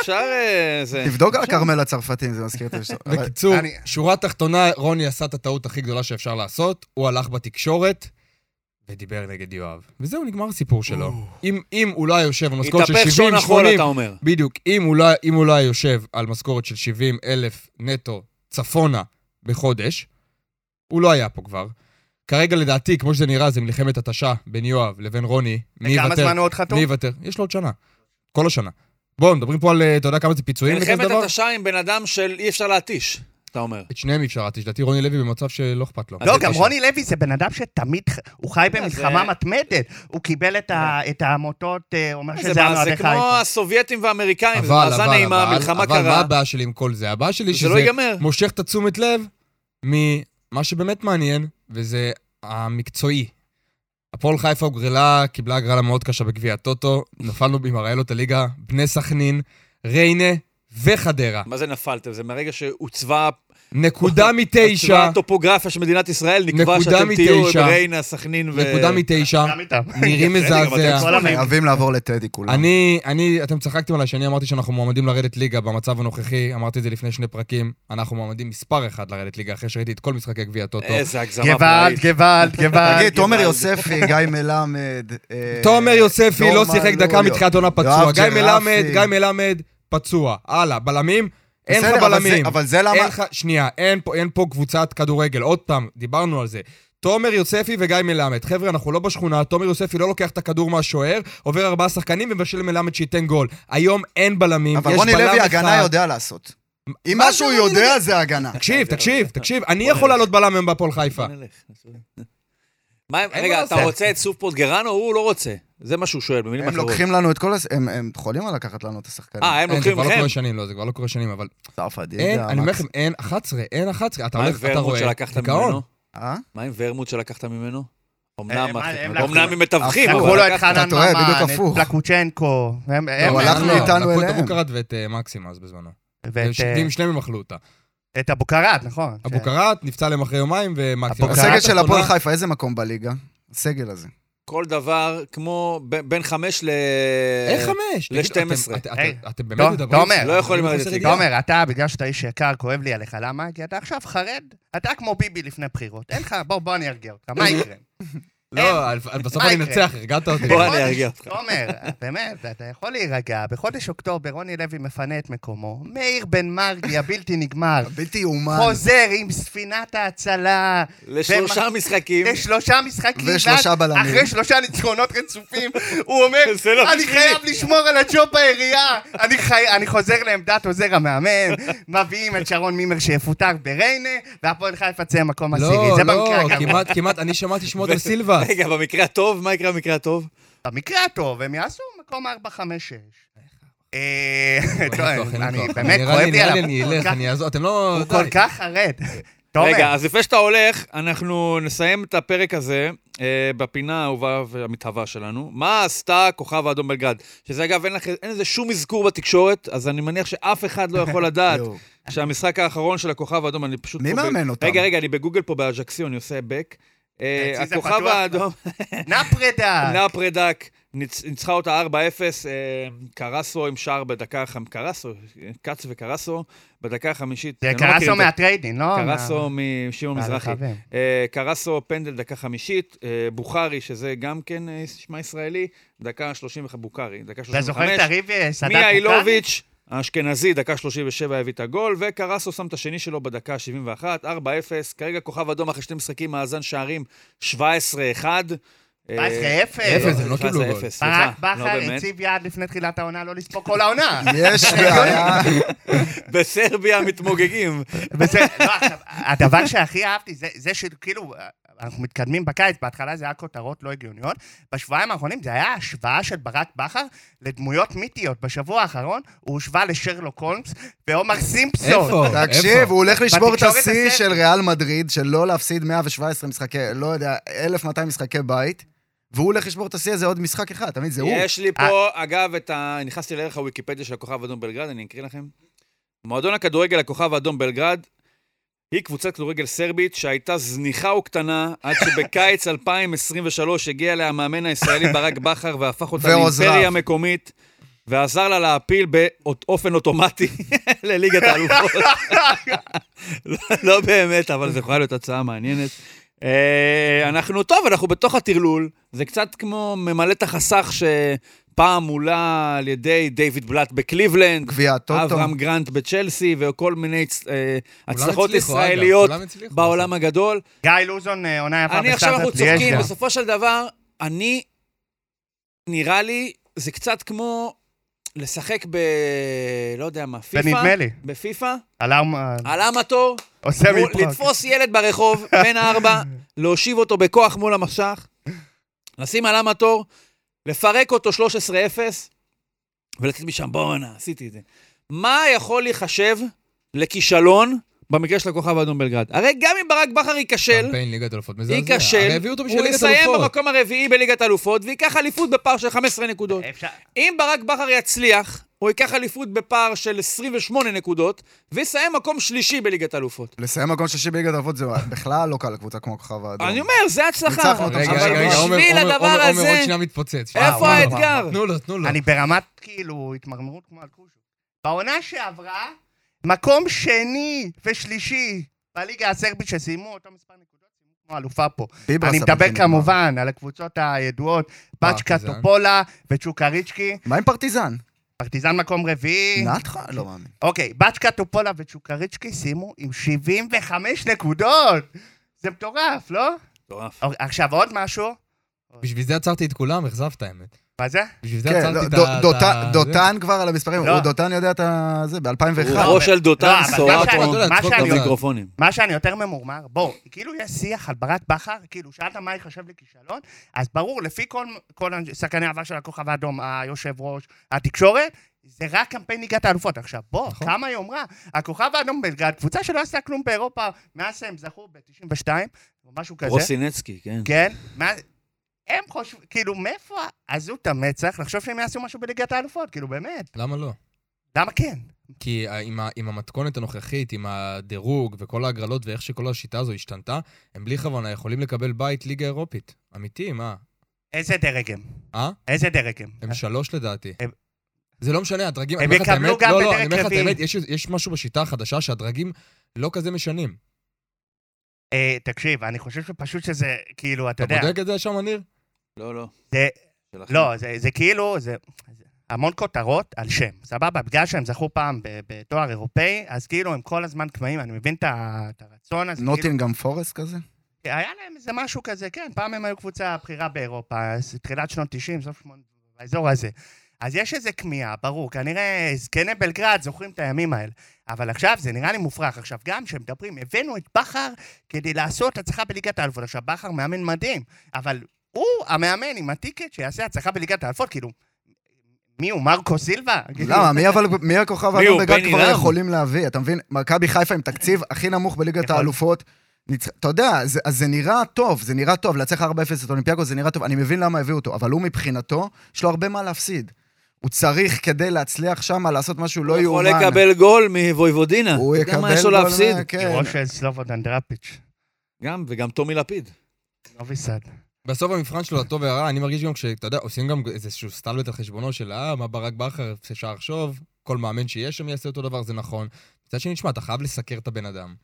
אפשר אה, זה... תבדוק על הכרמל הצרפתי, אם זה מזכיר את זה. אבל- בקיצור, אני- שורה תחתונה, רוני עשה את הטעות הכי גדולה שאפשר לעשות, הוא הלך בתקשורת, ודיבר נגד יואב. וזהו, נגמר הסיפור שלו. אם, אם הוא לא היה יושב על משכורת של 70-80... התהפך שעון החול, אתה אומר. בדיוק, אם הוא, לא, אם הוא לא היה יושב על משכורת של 70 אלף נטו צפונה בחודש, הוא לא היה פה כבר. כרגע לדעתי, כמו שזה נראה, זה מלחמת התשה בין יואב לבין רוני. מי וכמה יוותר? זמן הוא עוד מי חתום? יוותר? יש לו עוד שנה. כל השנה. בואו, מדברים פה על, אה, אתה יודע כמה זה פיצויים וכזה מלחמת דבר? התשה עם בן אדם של אי אפשר להתיש, אתה אומר. את שניהם אי אפשר להתיש. לדעתי רוני לוי במצב שלא אכפת לו. לא, אז זה גם קשה. רוני לוי זה בן אדם שתמיד, ח- הוא חי יודע, במלחמה זה- מתמדת. הוא קיבל את ה- את העמותות, אה, אומר זה שזה היה מה- זה נועדי כמו חיפה. הסובייטים והאמריקאים, זה אבל, אבל, מאזן אבל, אימה, מלחמה אבל מה קרה. הבעיה שלי עם כל זה? הבעיה שלי זה שזה לא ייגמר. מושך את התשומת לב ממה שבאמת מעניין, וזה המקצועי. הפועל חיפה הוגרלה, קיבלה הגרלה מאוד קשה בגביע הטוטו, נפלנו עם הרעיילות הליגה, בני סכנין, ריינה וחדרה. מה זה נפלתם? זה מהרגע שהוצבה נקודה הוצבה מתשע, הטופוגרפיה של מדינת ישראל, נקבע נקודה שאתם תהיו מתשע. בריינה, סכנין ו... נקודה מתשע, גם איתם. נראים מזעזע. כל המ- חייבים לעבור לטדי כולם. אני, אני, אתם צחקתם עליי שאני אמרתי שאנחנו מועמדים לרדת ליגה במצב הנוכחי, אמרתי את זה לפני שני פרקים, אנחנו מועמדים מספר אחד לרדת ליגה, אחרי שראיתי את כל משחקי גביע הטוטו. איזה הגזמה גוואלד, פראית. גוואלד, גוואלד. תגיד, תומר גוואלד. יוספי, גיא מלמד. אה, תומר יוספי לא דורמן, שיחק דקה לא, מתחילת עונה פצוע. יואב גיא ג'רפי. מלמד, גיא מלמד, פצוע. הלאה, בלמים? אין לך בסדר, אבל זה- בלמים. אבל זה למה... אין לך, שנייה, אין פה- אין פה קבוצת כדורגל. עוד פעם, דיברנו על זה. תומר יוספי וגיא מלמד. חבר'ה, אנחנו לא בשכונה, תומר יוספי לא לוקח את הכדור מהשוער, עובר ארבעה שחקנים ומבשל למלמד שייתן גול. היום אין בלמים, יש בלם אבל אחד. רוני לוי הגנה יודע לעשות. אם מה משהו זה הוא רוני יודע זה הגנה. תקשיב, תקשיב, תקשיב, אני בוא יכול נלך. לעלות בלם היום בהפועל חיפה. בוא נלך, נעשה. מה, מה רגע, אתה לעשות. רוצה את סוף פוטגרנו? הוא לא רוצה. זה מה שהוא שואל, במילים הם אחרות. לוקחים לנו את כל הס... הם- הם יכולים לקחת לנו את השחקנים. אה, הם אין, זה לוקחים כבר לא לכם? קורה שנים, לא, זה כבר לא קורה שנים, אבל צרפתי, אין, יודע, אני אומר מקס- לכם, אין 11, אין 11. אתה מה עם הולך, אתה ורמוט רואה, שלקחת דיכאון. ממנו? אה? מה עם ורמוט שלקחת ממנו? אמנם הם- אה, הם אח- לקחו- אמנם הם מתווכים, לקחו לקחו אבל לו את לקחת. חנן אתה רואה, בדיוק ממן, הפוך. את לקוצ'נקו. הם- הם- הוא הלך הם- לא, מאיתנו לקחו את אליהם. אבוקרט ואת אה, מקסים אז בזמנו. ואת, שדים שניהם הם אכלו אותה. אה, את אבוקרט, נכון. אבוקרט נפצע להם אחרי יומיים, ומקסים. אבוקרט- הסגל קראת של הפועל חיפה, איזה מקום בליגה? הסגל הזה. כל דבר, כמו ב- בין חמש ל... איך חמש? תגידו, ל- 12. אתם- אתם- היי, אתם באמת תום, מדברים? אה, תומר. אה, לא יכולים אני לרדת חוסר ליגה. ידיעה. תומר, אתה, בגלל שאתה איש יקר, כואב לי עליך. למה? כי אתה עכשיו חרד. אתה כמו ביבי לפני בחירות. אין לך, בוא, בוא אני ארגיע אותך. מה יקרה? לא, על- על- בסוף מה אני יקרה? אנצח, הרגעת אותי. בוא, בחודש- אני ארגיע אותך. תומר, באמת, אתה יכול להירגע. בחודש אוקטובר רוני לוי מפנה את מקומו. מאיר בן מרגי, הבלתי נגמר, בלתי יאומן. חוזר עם ספינת ההצלה. לשלושה ומה- משחקים. לשלושה משחקים. ושלושה ואז בלמים. אחרי שלושה ניצחונות רצופים, הוא אומר, זה לא אני בשבילי." חייב לשמור על הג'וב בעירייה. אני חי- אני חוזר לעמדת עוזר המאמן, מביאים את שרון מימר שיפוטר בריינה, והפועל חיפה יצא מקום עשירי. לא, זה במקרה לא, הגרוע. כמעט, כמעט, אני שמעתי שמות על סילבה. רגע, במקרה הטוב, מה יקרה במקרה הטוב? במקרה הטוב, הם יעשו מקום 4, 5, 6. אין לי כוח, אין לי אה, לא, אני כוח. באמת נראה כואב לי- לי לא נראה עליו. לי אני הוא כל אלך, כך- אני אעזור, אתם לא... הוא כל די. כך חרד. רגע, תומר, אז לפני שאתה הולך, אנחנו נסיים את הפרק הזה אה, בפינה האהובה והמתהווה שלנו. מה עשתה הכוכב האדום בלגרד? שזה אגב, אין, לך, אין לזה שום אזכור בתקשורת, אז אני מניח שאף אחד לא יכול לדעת יואו. שהמשחק האחרון של הכוכב האדום, אני פשוט... מי פה ב- מאמן אותם? רגע, רגע, אני בגוגל פה באג'קסיון, אני עושה בק. אה, אצלי זה הכוכב פתוח האדום, נע אה, פרידה. אוקיי. נאפ רדק, ניצ- ניצחה אותה 4-0, אה, קרסו עם שער בדקה החמ... קרסו, אה, כץ וקרסו, בדקה החמישית. זה אני לא מכיר קרסו את זה. מהטריידין, לא? קרסו מה- משמעון מזרחי. מהרכבים. אה, קרסו פנדל דקה חמישית, אה, בוכרי, שזה גם כן אה, שמע ישראלי, דקה 35, בוכרי, דקה אתה 35. זוכר את הריב אה, סאדאת מיה בוכרי? אילוביץ', האשכנזי, דקה 37 הביא את הגול, וקרסו שם את השני שלו בדקה 71, 4-0. כרגע כוכב אדום אחרי שני משחקים, מאזן שערים 17-1. אה, 17-0. אפס, הם לא קיבלו גול. 17-0, סליחה. ברק לא, בכר באמת. הציב יעד לפני תחילת העונה לא לספור כל העונה. יש בעיה. בסרביה מתמוגגים. וזה, לא, עכשיו, הדבר שהכי אהבתי זה, זה שכאילו, אנחנו מתקדמים בקיץ, בהתחלה זה היה כותרות לא הגיוניות, בשבועיים האחרונים זה היה השוואה של ברק בכר לדמויות מיתיות. בשבוע האחרון הוא הושווה לשרלוק הולמס ועומר סימפסון. איפה? תקשיב, הוא הולך לשבור את בתקשורת השיא הסרט. של ריאל מדריד, של לא להפסיד 117 משחקי, לא יודע, 1,200 משחקי בית, והוא הולך לשבור את השיא הזה עוד משחק אחד, אתה מבין? זה הוא. אה, יש לי פה, אגב, את ה... נכנסתי לערך הוויקיפדיה של הכוכב האדום בלגרד, אני אקריא לכם. מועדון הכדורגל הכוכב האדום בלגרד היא קבוצת כדורגל סרבית שהייתה זניחה וקטנה עד שבקיץ 2023 הגיע אליה המאמן הישראלי ברק בכר והפך אותה ועוזריו. לאימפריה מקומית. ועזר לה להעפיל באופן אוטומטי לליגת האלופות. לא- לא באמת, אבל זו יכולה להיות הצעה מעניינת. אה, אנחנו טוב, אנחנו בתוך הטרלול. זה קצת כמו ממלא את החסך שפעם מולה על ידי דיוויד בלאט בקליבלנד, גביע הטוטו. אברהם גרנט בצ'לסי וכל מיני אה, כולם הצלחות הצליחו, אגב, ישראליות כולם הצליחו. בעולם הגדול. גיא לוזון, אה, עונה יפה אני עכשיו, אנחנו בסטארט-אפ ליאז'ה. צוחקים, בסופו של דבר, אני, נראה לי, זה קצת כמו לשחק ב... לא יודע מה, פיפא. ונדמה לי. בפיפא, עלם, אה, על המטור, עושה מול- מפרוק. לתפוס ילד ברחוב, בן הארבע, להושיב אותו בכוח מול המשך, לשים על המטור, לפרק אותו 13-0, ולצאת משם, בואנה, עשיתי את זה. מה יכול להיחשב לכישלון במקרה של הכוכב האדום בלגרד? הרי גם אם ברק בכר ייכשל, קמפיין ליגת אלופות מזעזע. ייכשל, הרי הביאו אותו בשביל הוא ליגת יסיים אלופות. במקום הרביעי בליגת אלופות, וייקח אליפות בפער של 15 נקודות. אפשר- אם ברק בכר יצליח, הוא ייקח אליפות בפער של 28 נקודות, ויסיים מקום שלישי בליגת אלופות. לסיים מקום שישי בליגת האבות זה בכלל לא קל לקבוצה כמו הכוכב האדום. אני אומר, זה הצלחה. ניצחנו אותם רגע, אבל רגע, רגע, עומר, בשביל עומר, הדבר עומר, עומר הזה, עוד שנייה מתפוצץ. וואו, וואו, איפה האתגר? תנו לו, תנו לו. אני ברמת, כאילו, התמרמרות כמו על קושו. בעונה שעברה, מקום שני ושלישי בליגה הסרבית שסיימו אותו מספר נקודות, סיימו כמו אלופה פה. ביברס, אני אבל מדבר שנגמר. כמובן על הקבוצות הידועות, בצ'קה פרטיזן. טופולה וצ'וקריצ'קי, מה עם פרטיזן? פרטיזן מקום רביעי. נתחה? לא מאמין. אוקיי, בצ'קה טופולה וצ'וקריצ'קי סיימו עם 75 נקודות! זה מטורף, לא? מטורף. אוקיי, עכשיו עוד משהו, בשביל זה עצרתי את כולם, אכזבת האמת. מה זה? בשביל זה כן, לא, עצרתי את דו- ה... את דותן- ה- דותן כבר על המספרים, לא. הוא דותן יודע את ה... זה, ב-2001. לא, הראש של דותן לא, אבל שורף מה שאני- פה מה שאני- במיקרופונים. מה שאני יותר ממורמר, בואו, כאילו יש שיח על ברק בכר, כאילו שאלת מה ייחשב לכישלון, אז ברור, לפי כל, כל אנש- שחקני העבר של הכוכב האדום, היושב ראש, התקשורת, זה רק קמפיין ליגת האלופות. עכשיו, בוא, נכון. נכון. כמה היא אומרה? הכוכב האדום בלגרד, קבוצה שלא עשתה כלום באירופה מאז שהם זכו ב-92, או משהו כזה. רוסינצקי, כן. כן, מה... הם חושבים, כאילו, מאיפה עזות המצח לחשוב שהם יעשו משהו בליגת האלופות? כאילו, באמת, למה לא? למה כן? כי ה- עם, ה, עם המתכונת הנוכחית, עם הדירוג וכל ההגרלות ואיך שכל השיטה הזו השתנתה, הם בלי כוונה יכולים לקבל בית ליגה אירופית. אמיתי, מה? איזה דרג הם? אה? איזה דרג הם? הם שלוש לדעתי. הם- זה לא משנה, הדרגים... הם אני אומר לך את יקבלו האמת- גם לא, לא, בדרג אני אומר לך את רביעי. האמת, יש- יש משהו בשיטה החדשה שהדרגים לא כזה משנים. אה, תקשיב, אני חושב שפשוט שזה, כאילו, אתה אתה יודע, בודק את זה שם, ניר? לא, לא. זה, שלכם. לא, זה, זה כאילו, זה זה המון כותרות על שם, סבבה? בגלל שהם זכו פעם ב- בתואר אירופאי, אז כאילו הם כל הזמן כמהים, אני מבין את ה- את הרצון הזה. כאילו, נוטינגאם פורסט כזה? היה להם איזה משהו כזה, כן, פעם הם היו קבוצה בכירה באירופה, אז תחילת שנות 90, סוף שמונה, באזור הזה. אז יש איזה כמיהה, ברור, כנראה זקני בלגרד זוכרים את הימים האלה. אבל עכשיו זה נראה לי מופרך. עכשיו, גם כשמדברים, הבאנו את בכר כדי לעשות הצלחה בליגת האלפות. עכשיו, בכר מאמן מדהים, אבל הוא המאמן עם הטיקט שיעשה הצלחה בליגת האלפות, כאילו, מי הוא, מרקו סילבה? למה? מי אבל, מי הכוכב מי האדום הוא, בגד בני כבר רם? יכולים להביא? אתה מבין? מכבי חיפה עם תקציב הכי נמוך בליגת יכול. האלופות. ניצ- אתה יודע, זה, אז זה נראה טוב, זה נראה טוב, להצליח 4-0 את אולימפיאקו, זה נראה טוב, אני מבין למה הביאו אותו, אבל הוא מבחינתו, יש לו הרבה מה להפסיד. הוא צריך כדי להצליח שם לעשות משהו לא הוא יאומן. יכול לקבל גול מוויבודינה. הוא אתה יודע יקבל מה יש לו גול, להפסיד? אה, כן. ראש של סלובודן דראפיץ', לא גם, וגם טומי לפיד. נוביסד. בסוף המבחן שלו, הטוב והרע, אני מרגיש גם כשאתה יודע, עושים גם איזשהו סטלבט על חשבונו של אה, מה ברק בכר, אפשר לחשוב, כל מאמן שיש שם יעשה אותו דבר, זה נכון. מצד שני, שמע, אתה חייב לסקר את הבן אדם.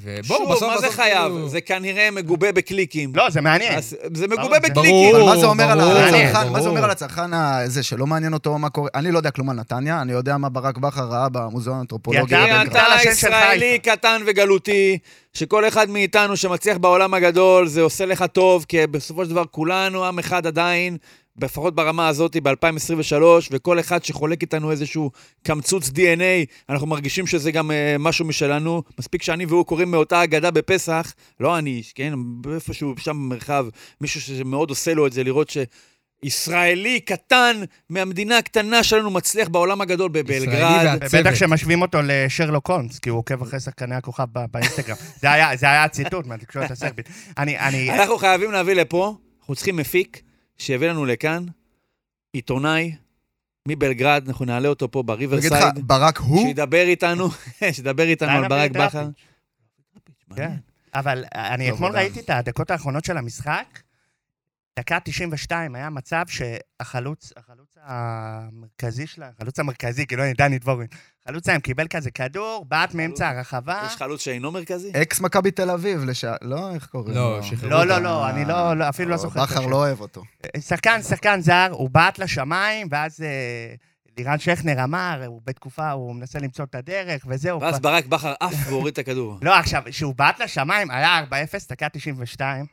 ובואו, בסוף... שוב, מה זה בסוף חייב? כאילו- זה כנראה מגובה בקליקים. לא, זה מעניין. אז זה מגובה ברור, זה- בקליקים. אבל מה זה אומר על ברור, כן, הצרכן? מה זה ברור. אומר על הצרכן הזה שלא מעניין אותו מה קורה? אני לא יודע כלום על נתניה, אני יודע מה ברק בכר ראה במוזיאון האנתרופולוגי. ידע, בבני כי ברק. בגלל אתה השם של ישראלי קטן וגלותי, שכל אחד מאיתנו שמצליח בעולם הגדול, זה עושה לך טוב, כי בסופו של דבר כולנו עם אחד עדיין, לפחות ברמה הזאת ב-2023, וכל אחד שחולק איתנו איזשהו קמצוץ DNA, אנחנו מרגישים שזה גם אה, משהו משלנו. מספיק שאני והוא קוראים מאותה אגדה בפסח, לא אני, כן, איפשהו שם במרחב, מישהו שמאוד עושה לו את זה, לראות ש... ישראלי קטן מהמדינה הקטנה שלנו מצליח בעולם הגדול ישראלי בבלגרד. והצוות. בטח שמשווים אותו לשרלוק הולמס, כי הוא עוקב אחרי שחקני הכוכב ב- באינסטגרם. זה היה- זה היה ציטוט מהתקשורת הסרבית. אני, אני, אנחנו חייבים להביא לפה, אנחנו צריכים מפיק שיביא לנו לכאן עיתונאי מבלגרד, אנחנו נעלה אותו פה אני אגיד לך, בריברסייד, ברק הוא? שידבר איתנו, שידבר איתנו אולי על ברק נביא את בכר. דראפיץ'. כן. אבל אני טוב, אתמול לא, עדיין. ראיתי את הדקות האחרונות של המשחק, דקה 92 היה מצב שהחלוץ, החלוץ המרכזי שלה, החלוץ המרכזי, כאילו, אני דני דבורין, החלוץ שלהם קיבל כזה כדור, בעט מאמצע הרחבה. יש חלוץ שאינו מרכזי? אקס מכבי תל אביב, לשע... לא, איך קוראים לא, לו? שחררו לא, לא, אותה. לא, אני לא, לא, אפילו לא זוכר. את בכר השם. לא אוהב אותו. שחקן, שחקן זר, הוא בעט לשמיים, ואז אה, לירן שכנר אמר, הוא בתקופה, הוא מנסה למצוא את הדרך, וזהו. ואז ברק בכר עף והוריד את הכדור. לא, עכשיו, כשהוא בעט לשמיים, היה 4-0, דקה 92.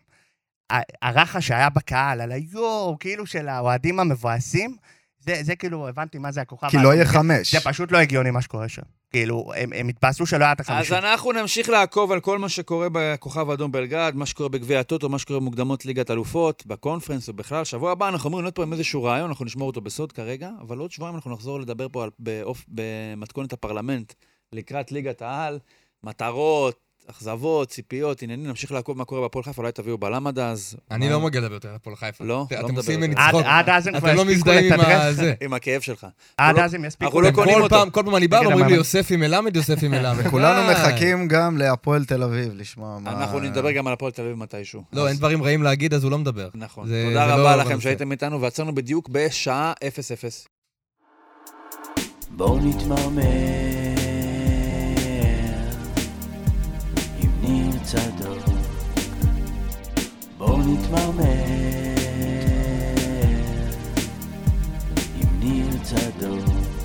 ה- הרחש שהיה בקהל, על היואו, כאילו של האוהדים המבואסים, זה, זה כאילו, הבנתי מה זה הכוכב. כי לא יהיה האדום. חמש. זה פשוט לא הגיוני מה שקורה שם. כאילו, הם, הם התבאסו שלא היה את אז החמישים. אנחנו נמשיך לעקוב על כל מה שקורה בכוכב האדום בלגרד, מה שקורה בגביע הטוטו, מה שקורה במוקדמות ליגת אלופות, בקונפרנס ובכלל. שבוע הבא אנחנו אמורים להיות פה עם איזשהו רעיון, אנחנו נשמור אותו בסוד כרגע, אבל עוד שבועיים אנחנו נחזור לדבר פה על, באופ, במתכונת הפרלמנט לקראת ליגת העל, מטרות, אכזבות, ציפיות, עניינים, נמשיך לעקוב מה קורה בהפועל חיפה, אולי תביאו בלם עד אז. אני לא מגיע לדבר יותר על הפועל חיפה. לא, אתם לא אתם מדבר עושים ממני יותר. צחוק. עד- עד אז הם כבר אתם לא הספיקו מזדהים עם לתדרך. הזה. עם הכאב שלך. עד לא- אז הם יספיקו. אנחנו לא אתם קונים כל אותו. פעם, כל פעם אני בא, נגד אומרים לי המאמן. יוסף עם מלמד, יוסף עם מלמד. וכולנו לא. די. מחכים גם להפועל תל אביב, לשמוע מה... אנחנו נדבר גם על הפועל תל אביב מתישהו. לא, אין דברים רעים להגיד, אז הוא לא מדבר. נכון. זה- תודה זה רבה לא לכם בנושא. שהייתם איתנו, ועצרנו בדיוק בשעה 00. בואו נתמרמר עם ניר צדוק. בואו נתמרמר עם ניר צדוק.